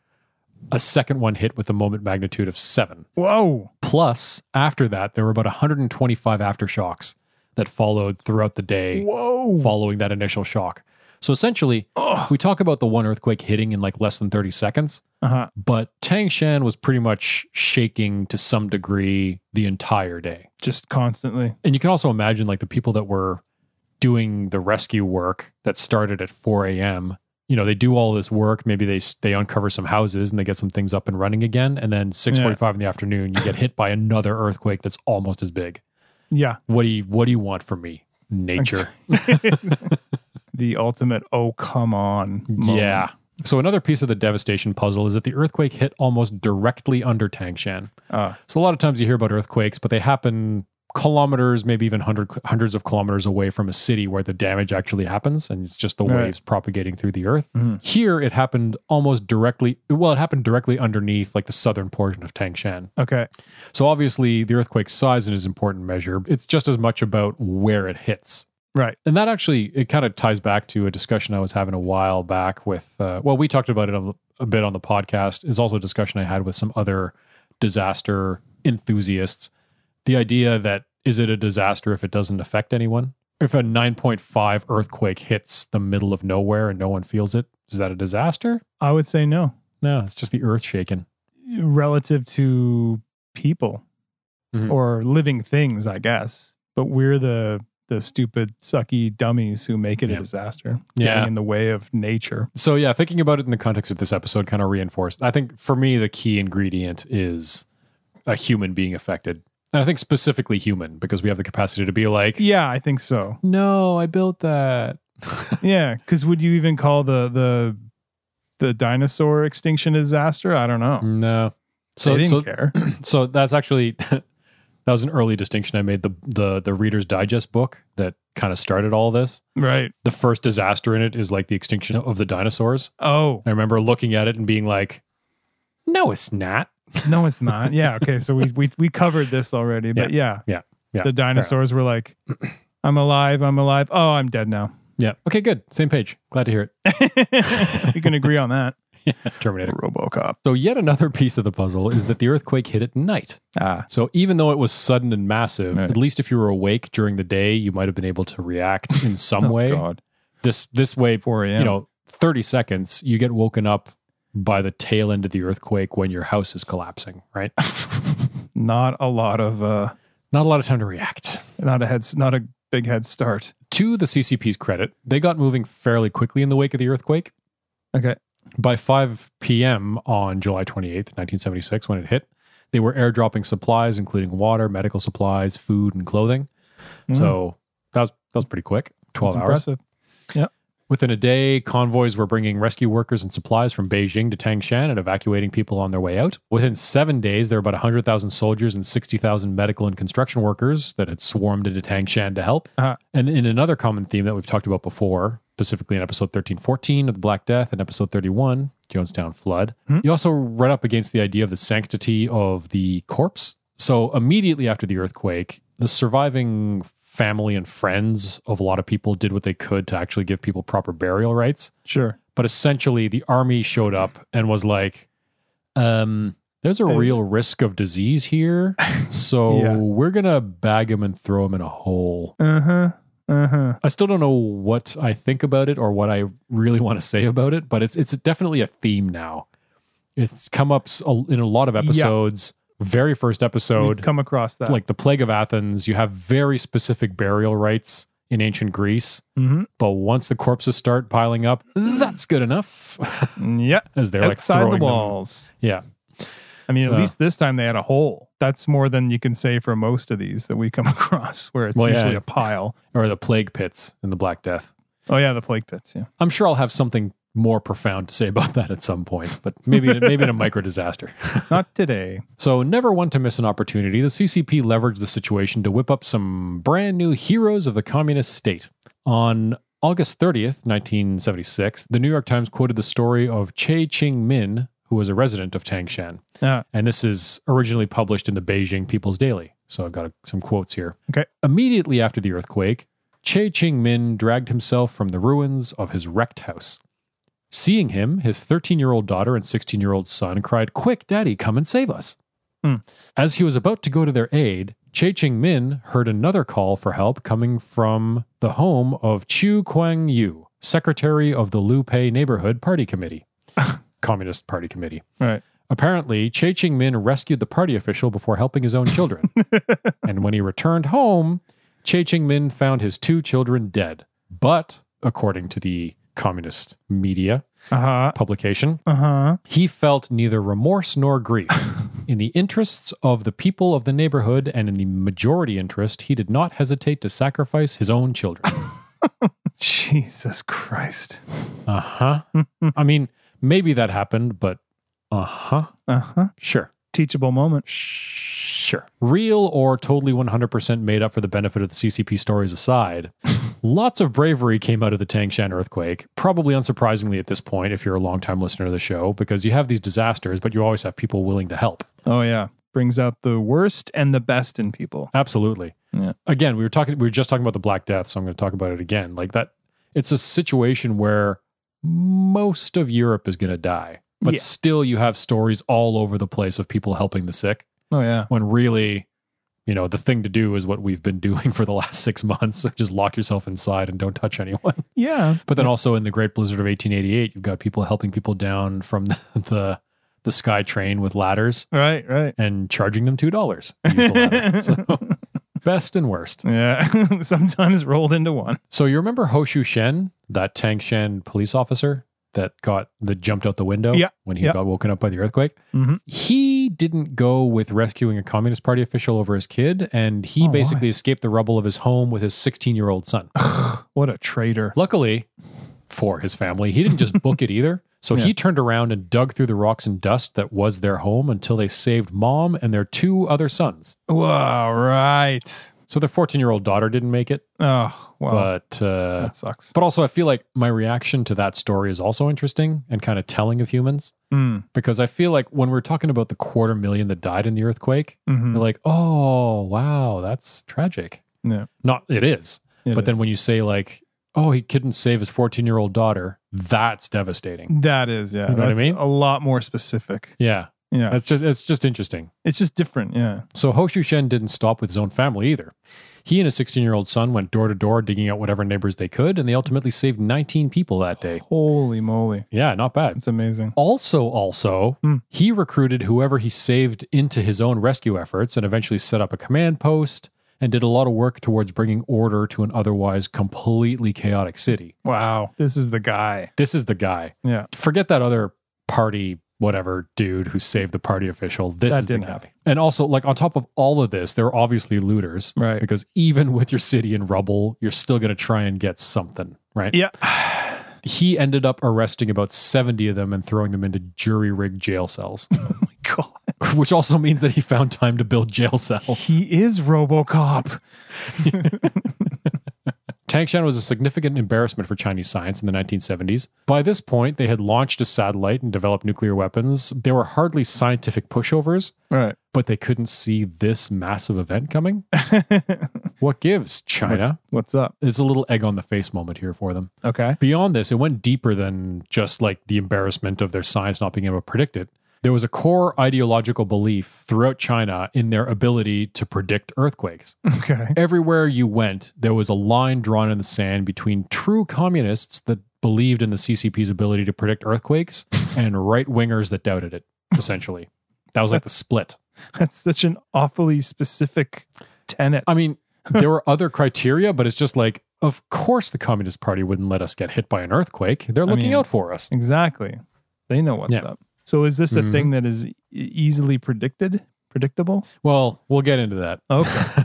a second one hit with a moment magnitude of 7.
Whoa.
Plus, after that, there were about 125 aftershocks that followed throughout the day
Whoa.
following that initial shock. So essentially,
Oh.
we talk about the one earthquake hitting in like less than 30 seconds,
Uh-huh.
but Tangshan was pretty much shaking to some degree the entire day.
Just constantly.
And you can also imagine like the people that were doing the rescue work that started at 4 a.m. You know, they do all this work. Maybe they they uncover some houses and they get some things up and running again. And then 6:45 in the afternoon, you get hit by another earthquake that's almost as big.
Yeah.
What do you What do you want from me, nature?
the ultimate oh come on. moment.
Yeah. So another piece of the devastation puzzle is that the earthquake hit almost directly under Tangshan.
Uh,
So a lot of times you hear about earthquakes, but they happen kilometers, maybe even hundred, hundreds of kilometers away from a city where the damage actually happens, and it's just the
Right.
waves propagating through the earth.
Mhm.
Here, it happened almost directly. Well, it happened directly underneath, like the southern portion of Tangshan.
okay.
So obviously, the earthquake's size is an important measure. It's just as much about where it hits.
Right.
And that actually it kind of ties back to a discussion I was having a while back with. Uh, well, we talked about it a, a bit on the podcast. Is also a discussion I had with some other disaster enthusiasts. The idea that is it a disaster if it doesn't affect anyone? If a 9.5 earthquake hits the middle of nowhere and no one feels it, is that a disaster?
I would say no.
No, it's just the earth shaking.
Relative to people
Mhm.
or living things, I guess. But we're the the stupid sucky dummies who make it
Yeah.
a disaster.
Yeah.
Getting in the way of nature.
So yeah, thinking about it in the context of this episode kind of reinforced. I think for me the key ingredient is a human being affected. And I think specifically human because we have the capacity to be like,
Yeah, I think so.
"No, I built that."
yeah, because would you even call the the the dinosaur extinction a disaster? I don't know.
No.
So,
So
didn't
so,
care.
so that's actually that was an early distinction I made the the the Reader's Digest book that kind of started all this.
right.
The first disaster in it is like the extinction of the dinosaurs.
Oh
I remember looking at it and being like, "No, it's not."
no, it's not. Yeah. Okay. So we we we covered this already, but yeah,
yeah, yeah,
the dinosaurs were like, "I'm alive, I'm alive." Oh, I'm dead now.
Yeah. Okay, good. Same page. Glad to hear it.
we can agree on that.
Terminator.
RoboCop.
So, yet another piece of the puzzle is that the earthquake hit at night.
Ah,
So, even though it was sudden and massive,
Right.
at least if you were awake during the day, you might have been able to react in some
oh,
way.
God.
This this way,
4 a.m.
you know, 30 seconds, you get woken up by the tail end of the earthquake when your house is collapsing, right?
not a lot of uh,
Not a lot of time to react.
not a head, not a big head start.
To the CCP's credit, they got moving fairly quickly in the wake of the earthquake.
Okay.
By 5 p.m. on July 28th, 1976, when it hit, they were airdropping supplies, including water, medical supplies, food, and clothing. So that was, that was pretty quick 12
That's
hours.
impressive.
Within a day, convoys were bringing rescue workers and supplies from Beijing to Tangshan and evacuating people on their way out. Within seven days, there were about 100,000 soldiers and 60,000 medical and construction workers that had swarmed into Tangshan to help.
Uh-huh.
And in another common theme that we've talked about before, specifically in episode 1314 of the Black Death and episode 31, Jonestown Flood,
Hmm.
you also run up against the idea of the sanctity of the corpse. So immediately after the earthquake, the surviving family and friends of a lot of people did what they could to actually give people proper burial rights.
Sure.
But essentially, the army showed up and was like, um, there's a
Hey.
real risk of disease here. So
Yeah.
we're going to bag him and throw him in a hole.
Uh huh. Uh huh.
I still don't know what I think about it or what I really want to say about it, but it's it's definitely a theme now. It's come up s- a- in a lot of
Yeah.
episodes. Very first
We've
episode,
come across that.
like the plague of Athens, you have very specific burial rites in ancient Greece.
Mhm.
But once the corpses start piling up, that's good enough.
yeah,
As they're like
outside
throwing
the
them-
walls.
Yeah.
I mean,
So-
at least this time they had a hole. That's more than you can say for most of these that we come across, where it's
Well, yeah.
usually a pile.
or the plague pits in the Black Death.
Oh yeah, the plague pits. Yeah.
I'm sure I'll have something more profound to say about that at some point, but maybe maybe in a micro disaster.
Not today.
So, never one to miss an opportunity, the CCP leveraged the situation to whip up some brand new heroes of the communist state. On August 30th, 1976, the New York Times quoted the story of Che Ching Min, who was a resident of Tangshan.
Ah.
And this is originally published in the Beijing People's Daily. So, I've got a, some quotes here.
Okay.
Immediately after the earthquake, Che Ching Min dragged himself from the ruins of his wrecked house. Seeing him, his 13 year old daughter and 16 year old son cried, Quick, Daddy, come and save us.
Hmm.
As he was about to go to their aid, Che Ching Min heard another call for help coming from the home of Chu Kuang Yu, secretary of the Lu Pei Neighborhood Party Committee, Communist Party Committee.
Right.
Apparently, Che Ching Min rescued the party official before helping his own children. and when he returned home, Che Ching Min found his two children dead. But, according to the communist media
Uh huh.
publication,
Uh huh.
he felt neither remorse nor grief. in the interests of the people of the neighborhood and in the majority interest, he did not hesitate to sacrifice his own children.
Jesus Christ.
Uh huh. I mean, maybe that happened, but uh huh.
Uh huh.
Sure.
Teachable moment.
Sure. Real or totally 100% made up for the benefit of the CCP stories aside, lots of bravery came out of the Tangshan earthquake, probably unsurprisingly at this point if you're a longtime listener to the show, because you have these disasters, but you always have people willing to help.
Oh yeah. Brings out the worst and the best in people.
Absolutely.
Yeah.
Again, we were talking we were just talking about the Black Death, so I'm going to talk about it again. Like that it's a situation where most of Europe is going to die. But
Yeah.
still you have stories all over the place of people helping the sick
Oh yeah.
when really you know the thing to do is what we've been doing for the last 6 months, so just lock yourself inside and don't touch anyone.
Yeah.
But then also in the Great Blizzard of 1888, you've got people helping people down from the the, the sky train with ladders
Right. Right.
and charging them $2. to use the ladder. so best and worst.
Yeah. Sometimes rolled into one.
So you remember Hoshu Shen, that Tang Shen police officer that got that jumped out the window
Yeah,
when he
yeah.
got woken up by the earthquake?
Mhm.
He didn't go with rescuing a Communist Party official over his kid, and he
Oh, why?
basically escaped the rubble of his home with his 16 year old son.
What a traitor.
Luckily for his family, he didn't just book it either. So
Yeah.
he turned around and dug through the rocks and dust that was their home until they saved mom and their two other sons.
Wow. Right.
So their 14 year old daughter didn't make it,
Oh wow.
but uh,
that sucks.
But also, I feel like my reaction to that story is also interesting and kind of telling of humans
Mm.
because I feel like when we're talking about the quarter million that died in the earthquake,
hmm
you're like, oh, wow, that's tragic.
Yeah.
Not, it is. but then when you say, like, oh, he couldn't save his 14 year old daughter, that's devastating.
that is yeah.
You know what I
that's
mean?
A lot more specific.
Yeah.
Yeah.
That's just, it's just interesting.
it's just different. Yeah.
So Hoshu Shen didn't stop with his own family either. He and his 16 year old son went door to door, digging out whatever neighbors they could, and they ultimately saved 19 people that day.
Holy moly.
Yeah, not bad.
It's amazing.
also also
Hmm.
he recruited whoever he saved into his own rescue efforts and eventually set up a command post and did a lot of work towards bringing order to an otherwise completely chaotic city
Wow. This is the guy.
this is the guy
Yeah.
forget that other party whatever dude who saved the party official this
That
is the
didn't
guy
happen.
and also like on top of all of this there are obviously looters
Right.
because even with your city in rubble you're still going to try and get something right
Yeah.
he ended up arresting about 70 of them and throwing them into jury rigged jail cells
my God.
which also means that he found time to build jail cells.
He is RoboCop.
Tangshan was a significant embarrassment for Chinese science in the 1970s. By this point, they had launched a satellite and developed nuclear weapons. They were hardly scientific pushovers,
Right.
but they couldn't see this massive event coming. What gives, China?
What's up?
It's a little egg on the face moment here for them.
Okay.
Beyond this, it went deeper than just like the embarrassment of their science not being able to predict it. There was a core ideological belief throughout China in their ability to predict earthquakes.
Okay.
Everywhere you went, there was a line drawn in the sand between true communists that believed in the CCP's ability to predict earthquakes and right wingers that doubted it, essentially. That was like the split.
That's such an awfully specific tenet.
I mean, there were other criteria, but it's just like, of course, the Communist Party wouldn't let us get hit by an earthquake. They're looking
mean,
out for us.
exactly. They know what's
Yeah.
up. So is this a
Mhm.
thing that is e- easily predicted? Predictable?
Well, we'll get into that.
Okay.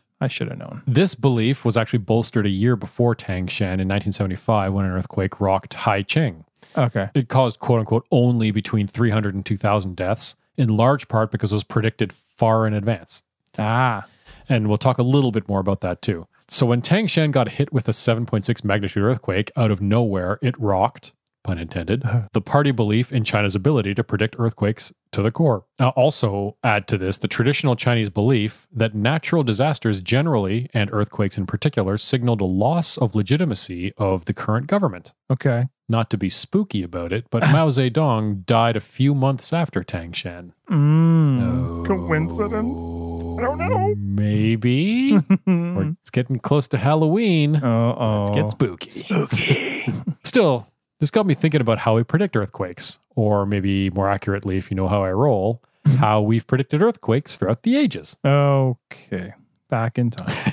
I should have known.
This belief was actually bolstered a year before Tangshan in 1975 when an earthquake rocked Haicheng.
Okay.
It caused quote unquote only between 300 and 2,000 deaths, in large part because it was predicted far in advance.
Ah.
And we'll talk a little bit more about that too. So when Tangshan got hit with a 7.6 magnitude earthquake out of nowhere, it rocked, pun intended, the party belief in China's ability to predict earthquakes to the core. Now, also add to this the traditional Chinese belief that natural disasters generally, and earthquakes in particular, signaled a loss of legitimacy of the current government.
Okay.
Not to be spooky about it, but Mao Zedong died a few months after Tangshan.
Mm.
I
don't know. Hmm.
Maybe. We're, it's getting close to Halloween.
oh,
Let's get spooky.
spooky.
Still, this got me thinking about how we predict earthquakes, or maybe more accurately, if you know how I roll,
Hmm.
how we've predicted earthquakes throughout the ages.
okay. Back in time.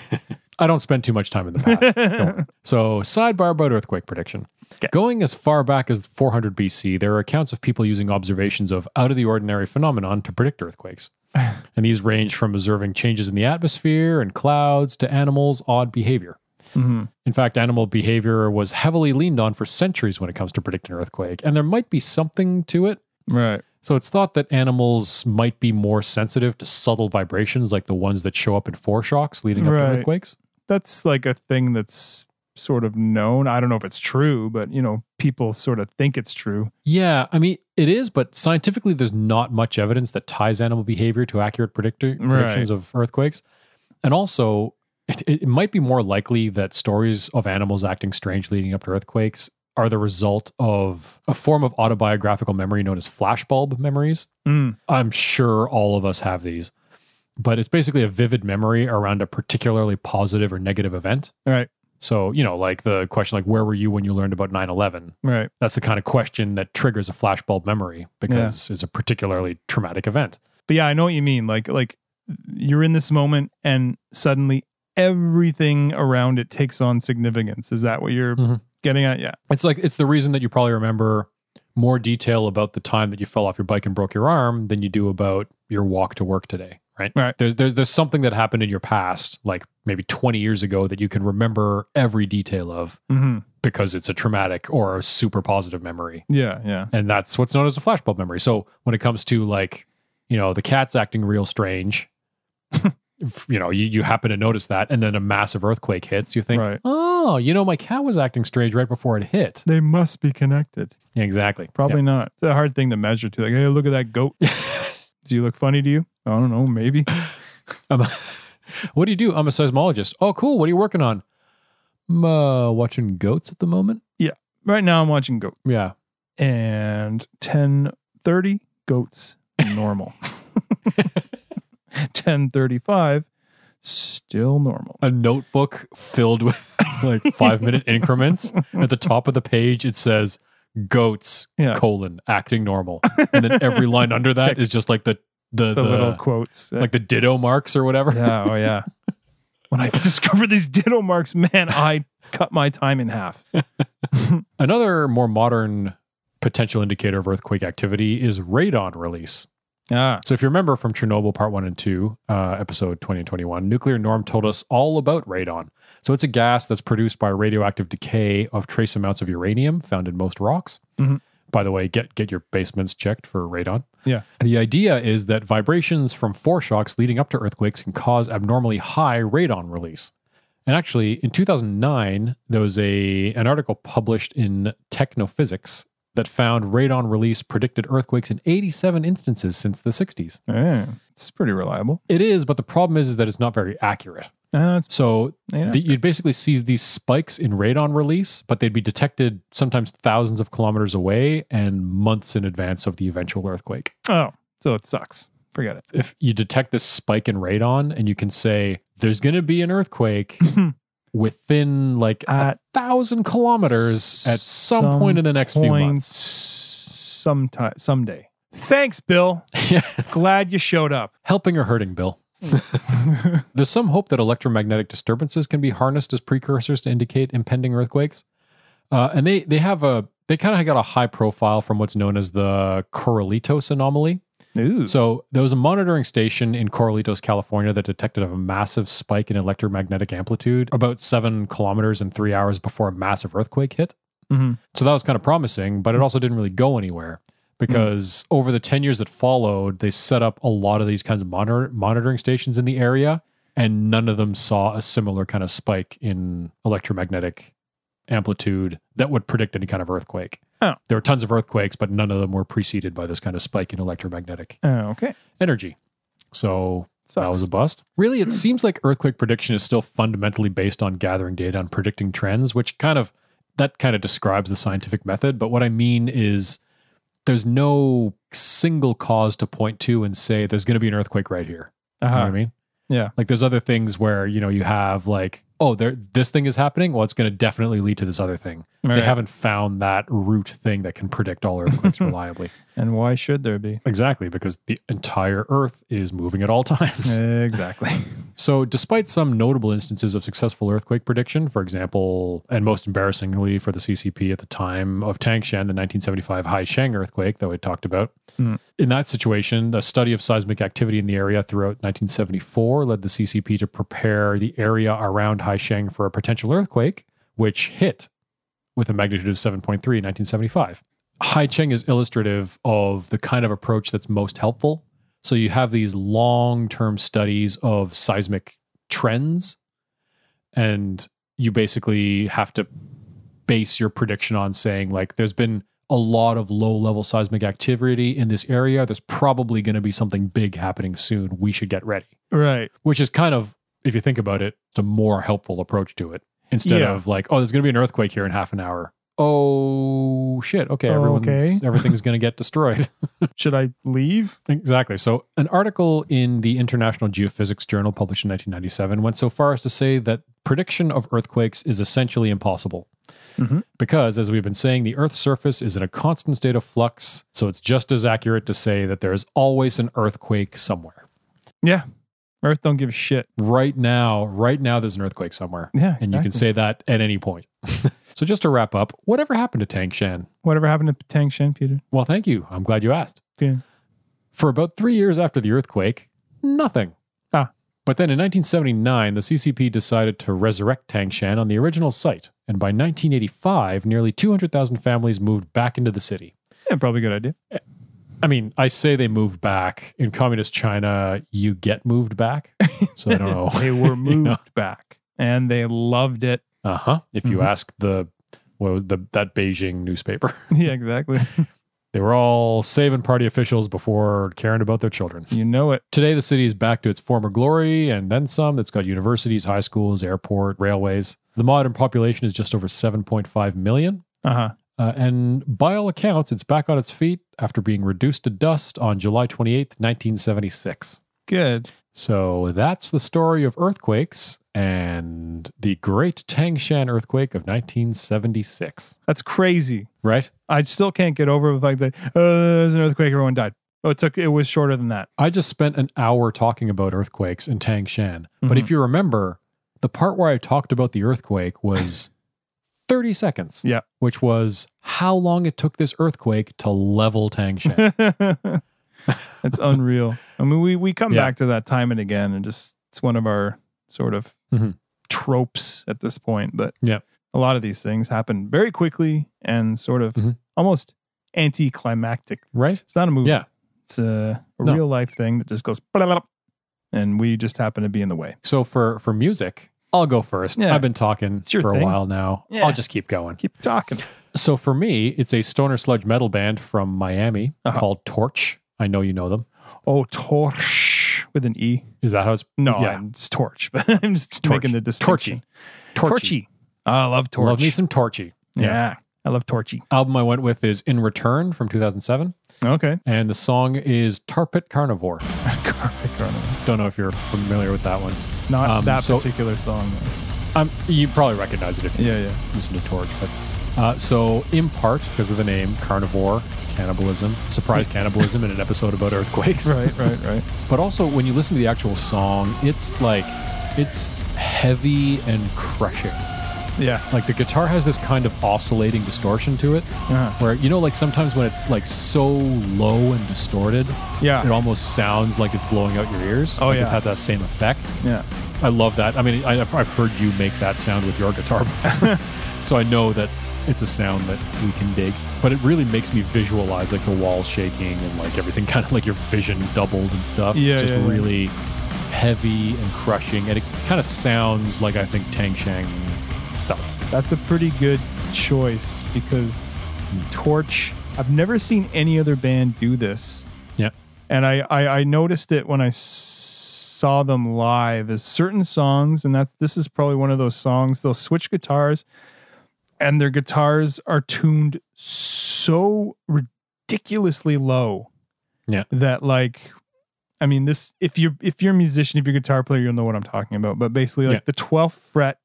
I don't spend too much time in the past. So, sidebar about earthquake prediction.
Okay.
Going as far back as 400 BC, there are accounts of people using observations of out of the ordinary phenomenon to predict earthquakes. and these range from observing changes in the atmosphere and clouds to animals' odd behavior.
Mhm.
In fact, animal behavior was heavily leaned on for centuries when it comes to predicting earthquake, and there might be something to it.
Right.
So, it's thought that animals might be more sensitive to subtle vibrations like the ones that show up in foreshocks leading up
Right.
to earthquakes.
That's like a thing that's sort of known. I don't know if it's true, but you know, people sort of think it's true.
Yeah, I mean it is, but scientifically, there's not much evidence that ties animal behavior to accurate predictor- predictions of earthquakes, and also it, it might be more likely that stories of animals acting strange leading up to earthquakes are the result of a form of autobiographical memory known as flashbulb memories.
Mm.
I'm sure all of us have these, but it's basically a vivid memory around a particularly positive or negative event.
Right.
So, you know, like the question like where were you when you learned about 9/11?
Right.
that's the kind of question that triggers a flashbulb memory because it's a particularly traumatic event.
But yeah, I know what you mean. Like like you're in this moment and suddenly everything around it takes on significance. Is that what you're
Mhm.
getting at? Yeah.
It's like it's the reason that you probably remember more detail about the time that you fell off your bike and broke your arm than you do about your walk to work today, right?
Right.
There's there's there's something that happened in your past, like maybe 20 years ago, that you can remember every detail of
hmm
because it's a traumatic or a super positive memory.
Yeah. Yeah.
and that's what's known as a flashbulb memory. So when it comes to like, you know, the cat's acting real strange, if, you know, you, you happen to notice that, and then a massive earthquake hits, you think,
Right.
oh, you know, my cat was acting strange right before it hit.
They must be connected.
Exactly.
Probably not. It's a hard thing to measure too. Like, hey, look at that goat. Do you look funny to you? I don't know. Maybe.
Um, what do you do? I'm a seismologist. Oh, cool. What are you working on? I'm uh, watching goats at the moment.
Right now, I'm watching goat
Yeah.
and ten thirty goats normal. Ten thirty five still normal.
a notebook filled with like five minute increments. At the top of the page, it says goats
Yeah.
colon acting normal, and then every line under that
Tick.
is just like the the,
The
the
little quotes.
like the ditto marks or whatever.
yeah. Oh yeah. When I discovered these ditto marks, man, I cut my time in half.
Another more modern potential indicator of earthquake activity is radon release.
Ah.
So, if you remember from Chernobyl Part 1 and 2, uh, episode 20 and 21, Nuclear Norm told us all about radon. So, it's a gas that's produced by radioactive decay of trace amounts of uranium found in most rocks.
Mhm.
By the way, get, get your basements checked for radon.
Yeah.
The idea is that vibrations from foreshocks leading up to earthquakes can cause abnormally high radon release. And actually, in 2009, there was a an article published in Technophysics that found radon release predicted earthquakes in 87 instances since the 60s.
Yeah, it's pretty reliable.
It is, but the problem is, is that it's not very accurate.
Uh, it's,
So
yeah.
the, you'd basically see these spikes in radon release, but they'd be detected sometimes thousands of kilometers away and months in advance of the eventual earthquake.
oh, so it sucks. Forget it.
If you detect this spike in radon and you can say there's going to be an earthquake within like
At
a thousand kilometers at some, point in the next few months.
sometime, someday. Thanks, Bill.
Yeah.
Glad you showed up.
Helping or hurting, Bill? There's some hope that electromagnetic disturbances can be harnessed as precursors to indicate impending earthquakes. Uh, and they they have a they kind of got a high profile from what's known as the Corralitos anomaly.
Ooh.
So there was a monitoring station in Corralitos, California, that detected a massive spike in electromagnetic amplitude about seven kilometers in three hours before a massive earthquake hit.
Mhm.
So that was kind of promising, but it also didn't really go anywhere because over the 10 years that followed, they set up a lot of these kinds of monitor- monitoring stations in the area, and none of them saw a similar kind of spike in electromagnetic amplitude that would predict any kind of earthquake.
Oh.
There were tons of earthquakes, but none of them were preceded by this kind of spike in electromagnetic
Oh, okay.
energy. So
Sucks.
that was a bust. Really, it seems like earthquake prediction is still fundamentally based on gathering data and predicting trends, which kind of that kind of describes the scientific method. But what I mean is there's no single cause to point to and say there's going to be an earthquake right here. You know what I
uh-huh.
mean?
Yeah.
Like there's other things where, you know, you have like, oh, there this thing is happening, well it's going to definitely lead to this other thing.
All
They
right.
haven't found that root thing that can predict all earthquakes reliably.
and why should there be?
Exactly, because the entire earth is moving at all times.
Exactly.
So, despite some notable instances of successful earthquake prediction, for example, and most embarrassingly for the CCP at the time of Tangshan, the 1975 Haisheng earthquake that we talked about,
Hmm.
in that situation, the study of seismic activity in the area throughout 1974 led the CCP to prepare the area around Haisheng for a potential earthquake, which hit with a magnitude of 7.3 in 1975. Haicheng is illustrative of the kind of approach that's most helpful so you have these long term studies of seismic trends, and you basically have to base your prediction on saying, like, there's been a lot of low level seismic activity in this area. There's probably going to be something big happening soon. We should get ready,
right.
which is kind of, if you think about it, it's a more helpful approach to it instead
Yeah.
of like, oh, there's going to be an earthquake here in half an hour. Oh shit! Okay, everyone's
Okay.
everything's going to get destroyed.
Should I leave?
Exactly. So, an article in the International Geophysics Journal published in 1997 went so far as to say that prediction of earthquakes is essentially impossible.
Mhm.
Because, as we've been saying, the Earth's surface is in a constant state of flux. So, it's just as accurate to say that there is always an earthquake somewhere.
Yeah. Earth don't give a shit.
Right now, right now, there's an earthquake somewhere.
Yeah.
And you can
exactly.
say that at any point. so, just to wrap up, whatever happened to Tangshan?
whatever happened to Tang Shen, Peter?
Well, thank you. I'm glad you asked.
Yeah.
For about three years after the earthquake, nothing.
Ah.
But then in 1979, the CCP decided to resurrect Tangshan on the original site. And by 1985, nearly 200,000 families moved back into the city.
Yeah, probably a good idea.
I mean, I say they moved back. In communist China, you get moved back. So I don't know.
They were moved
Oh, know.
back and they loved it.
Uh huh. If you
Mhm.
ask the, what was the, that Beijing newspaper,
Yeah, exactly.
they were all saving party officials before caring about their children.
you know it.
Today, the city is back to its former glory and then some. It's got universities, high schools, airport, railways. The modern population is just over 7.5 million.
Uh huh.
Uh, and by all accounts, it's back on its feet after being reduced to dust on July 28th, 1976.
Good.
So that's the story of earthquakes and the great Tangshan earthquake of 1976.
That's crazy.
Right?
I still can't get over the fact that uh, there's an earthquake, everyone died. Oh, it took. It was shorter than that.
I just spent an hour talking about earthquakes in Tangshan. But
Mhm.
if you remember, the part where I talked about the earthquake was 30 seconds.
Yeah.
Which was how long it took this earthquake to level Tangshan.
it's unreal. I mean, we we come
Yeah.
back to that time and again, and just it's one of our sort of
Mhm.
tropes at this point. But
Yeah.
a lot of these things happen very quickly and sort of
Mhm.
almost anticlimactic.
right?
It's not a movie.
Yeah.
it's a, a
No.
real life thing that just goes, "Ba-da-da-da," and we just happen to be in the way.
So for for music, I'll go first.
Yeah.
I've been talking
It's your
for a
thing.
while now.
Yeah.
I'll just keep going.
Keep talking.
So for me, it's a stoner sludge metal band from Miami
Uh-huh.
called Torch. I know you know them.
Oh, torch with an e.
Is that how it's
No,
Yeah.
I'm- it's torch, but I'm just
Torch.
making the distinction.
Torchy?
I love torch.
Love me some Torchy.
yeah. I love torchy.
Album I went with is In Return from 2007,
Okay,
and the song is Tarpit Carnivore.
Carpet Carnival.
Don't know if you're familiar with that one.
Not
Um,
that
so-
particular song. though.
Um, you probably recognize it if you
Yeah, yeah.
listen to Torch. But uh, so, in part because of the name, carnivore, cannibalism, surprise cannibalism in an episode about earthquakes.
Right, right, right.
But also, when you listen to the actual song, it's like it's heavy and crushing.
Yes.
Like the guitar has this kind of oscillating distortion to it,
uh-huh.
where you know, like sometimes when it's like so low and distorted,
yeah,
it almost sounds like it's blowing out your ears.
Oh,
like it's
yeah.
had that same effect.
yeah.
I love that. I mean, I, I've I've heard you make that sound with your guitar before. so I know that it's a sound that we can dig. But it really makes me visualize like the wall shaking and like everything kind of like your vision doubled and stuff.
Yeah,
it's just
yeah, yeah.
really heavy and crushing. And it kind of sounds like I think Tang Shang felt.
That's a pretty good choice because torch. I've never seen any other band do this.
Yeah.
and I, I I noticed it when I s- saw them live. Is certain songs, and that's this is probably one of those songs. They'll switch guitars, and their guitars are tuned so ridiculously low.
Yeah.
that like, I mean, this if you're if you're a musician, if you're a guitar player, you'll know what I'm talking about. But basically, like
Yeah.
the twelfth fret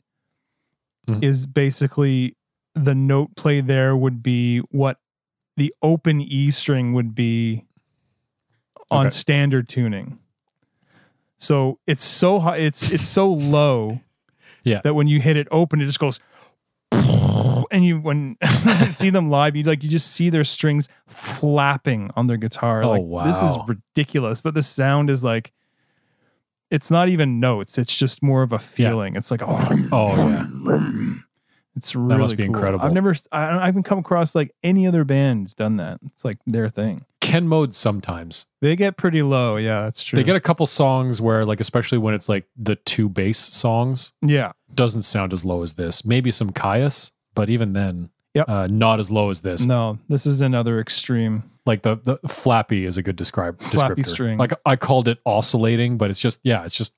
Mhm.
is basically the note play. There would be what the open E string would be on
Okay.
standard tuning. So it's so high, it's it's so low,
Yeah.
that when you hit it open, it just goes, and you when you see them live, you like you just see their strings flapping on their guitar.
Oh,
like this is
wow.
ridiculous, but the sound is like. It's not even notes. It's just more of a feeling. It's like, oh,
Oh, yeah.
it's really
must be
cool.
incredible.
I've never, I, I haven't come across like any other band's done that. It's like their thing.
Ken mode sometimes.
They get pretty low. Yeah, that's true.
They get a couple songs where, like, especially when it's like the two bass songs,
yeah,
doesn't sound as low as this. Maybe some Caius, but even then,
Yep.
uh, not as low as this.
No, this is another extreme.
Like the, the flappy is a good describe
Flappy
descriptor.
strings.
Like I called it oscillating, but it's just yeah, it's just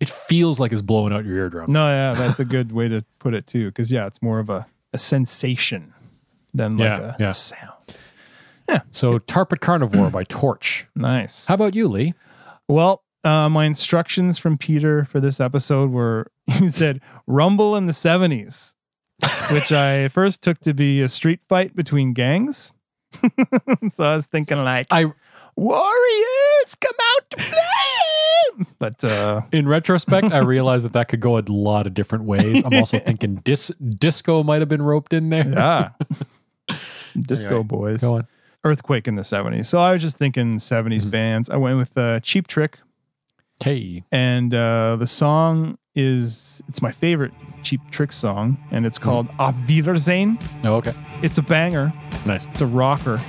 it feels like it's blowing out your eardrums.
No, yeah, that's a good way to put it too. Because yeah, it's more of a, a sensation than like
Yeah,
a
yeah.
sound.
So Tarpet Carnivore by Torch.
Nice.
How about you, Lee?
well, uh, my instructions from Peter for this episode were he said rumble in the seventies, which I first took to be a street fight between gangs. so I was thinking like
I
warriors come out to play, but uh,
in retrospect, I realized that that could go a lot of different ways. I'm also thinking dis- disco might have been roped in there.
yeah, disco
Anyway,
boys.
Go on.
earthquake in the 70s. So I was just thinking 70s
Mhm.
bands. I went with uh, Cheap Trick,
Hey.
and uh, the song is it's my favorite Cheap Trick song, and it's called Auf Wiedersehen.
Oh, okay.
It's a banger.
Nice.
It's a rocker.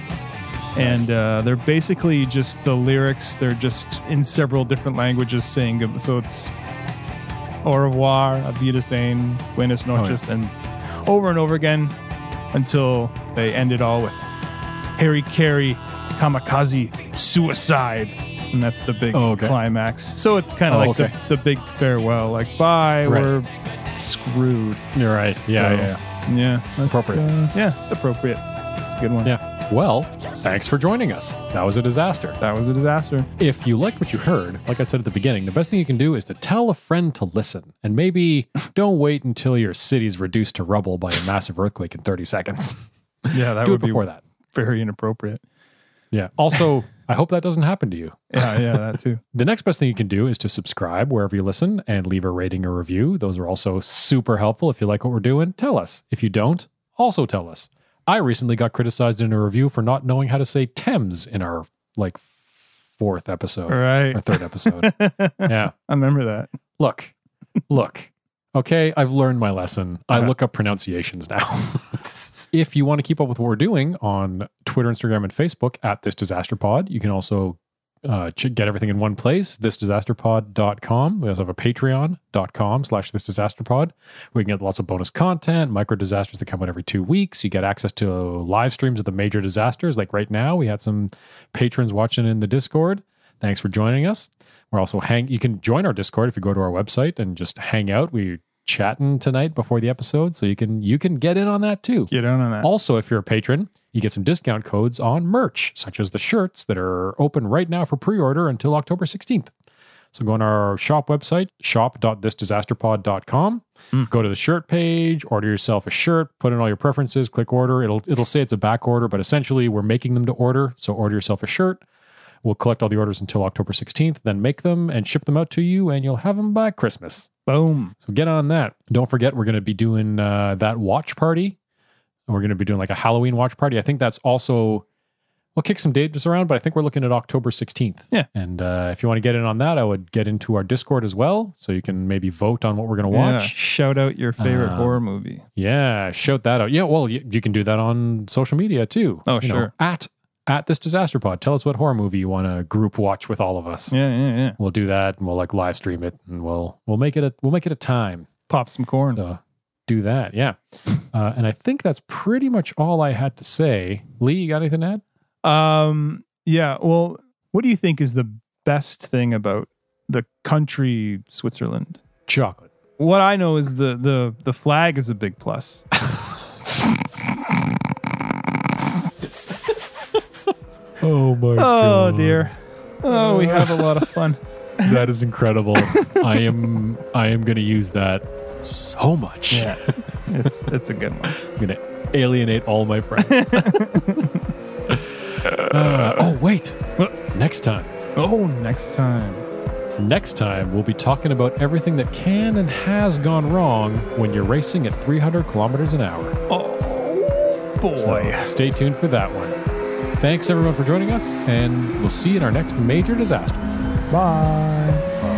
And uh, they're basically just the lyrics. They're just in several different languages saying good- so. It's au revoir, avida saying buenas
Oh, yeah.
noches, and over and over again until they end it all with Harry Carey, kamikaze, suicide, and that's the big
Oh, okay.
climax. So it's kind of
Oh,
like
okay.
the, the big farewell, like bye,
Right.
we're screwed.
You're right. Yeah,
So-
yeah, yeah.
Yeah, that's,
Appropriate.
uh, yeah, it's appropriate. It's a good one.
Yeah. Well, thanks for joining us. That was a disaster.
That was a disaster.
If you like what you heard, like I said at the beginning, the best thing you can do is to tell a friend to listen. And maybe don't wait until your city's reduced to rubble by a massive earthquake in 30 seconds.
Yeah, that
do it
would
before
be
that.
very inappropriate.
Yeah. Also, I hope that doesn't happen to you.
Yeah, yeah, that too.
The next best thing you can do is to subscribe wherever you listen and leave a rating or review. Those are also super helpful. If you like what we're doing, tell us. If you don't, also tell us. I recently got criticized in a review for not knowing how to say Thames in our like fourth episode
All right.
or third episode. yeah.
I remember that.
look, look. Okay, I've learned my lesson. I
Yeah.
look up pronunciations now. if you want to keep up with what we're doing on Twitter, Instagram, and Facebook at This Disaster Pod, you can also uh, ch- get everything in one place, thisdisasterpod.com. We also have a patreon.com slash thisdisasterpod where you can get lots of bonus content, micro disasters that come out every two weeks. You get access to live streams of the major disasters. Like right now, we had some patrons watching in the Discord. Thanks for joining us. We're also hang. You can join our Discord if you go to our website and just hang out. We're chatting tonight before the episode, so you can you can get in on that too.
Get in on that.
Also, if you're a patron, you get some discount codes on merch, such as the shirts that are open right now for pre order until October 16th. So go on our shop website, shop.thisdisasterpod.com.
Mm.
Go to the shirt page, order yourself a shirt, put in all your preferences, click order. It'll it'll say it's a back order, but essentially we're making them to order. So order yourself a shirt. We'll collect all the orders until October 16th, then make them and ship them out to you, and you'll have them by Christmas.
Boom.
So get on that. Don't forget, we're going to be doing uh, that watch party. And We're going to be doing like a Halloween watch party. I think that's also, we'll kick some dates around, but I think we're looking at October 16th.
Yeah.
And uh, if you want to get in on that, I would get into our Discord as well. So you can maybe vote on what we're going to
Yeah. Uh,
watch.
Shout out your favorite
Um,
horror movie.
Yeah. Shout that out. Yeah. Well, you, you can do that on social media too.
Oh,
You know,
sure.
at, at this disaster pod. Tell us what horror movie you want to group watch with all of us.
Yeah, yeah, yeah.
We'll do that and we'll like live stream it and we'll, we'll make it a, we'll make it a time.
Pop some corn.
So do that. Yeah. Uh, and I think that's pretty much all I had to say. Lee, you got anything to add?
Um, yeah. Well, what do you think is the best thing about the country Switzerland?
Chocolate.
What I know is the the the flag is a big plus.
Oh my
Oh dear. Oh, we have a lot of fun.
That is incredible. I am I am gonna use that so much.
it's it's a good one.
I'm gonna alienate all my friends. Uh, oh wait. Next time.
Oh, next time.
Next time we'll be talking about everything that can and has gone wrong when you're racing at 300 kilometers an hour.
Oh boy.
So stay tuned for that one. Thanks everyone for joining us, and we'll see you in our next major disaster.
Bye.
Bye.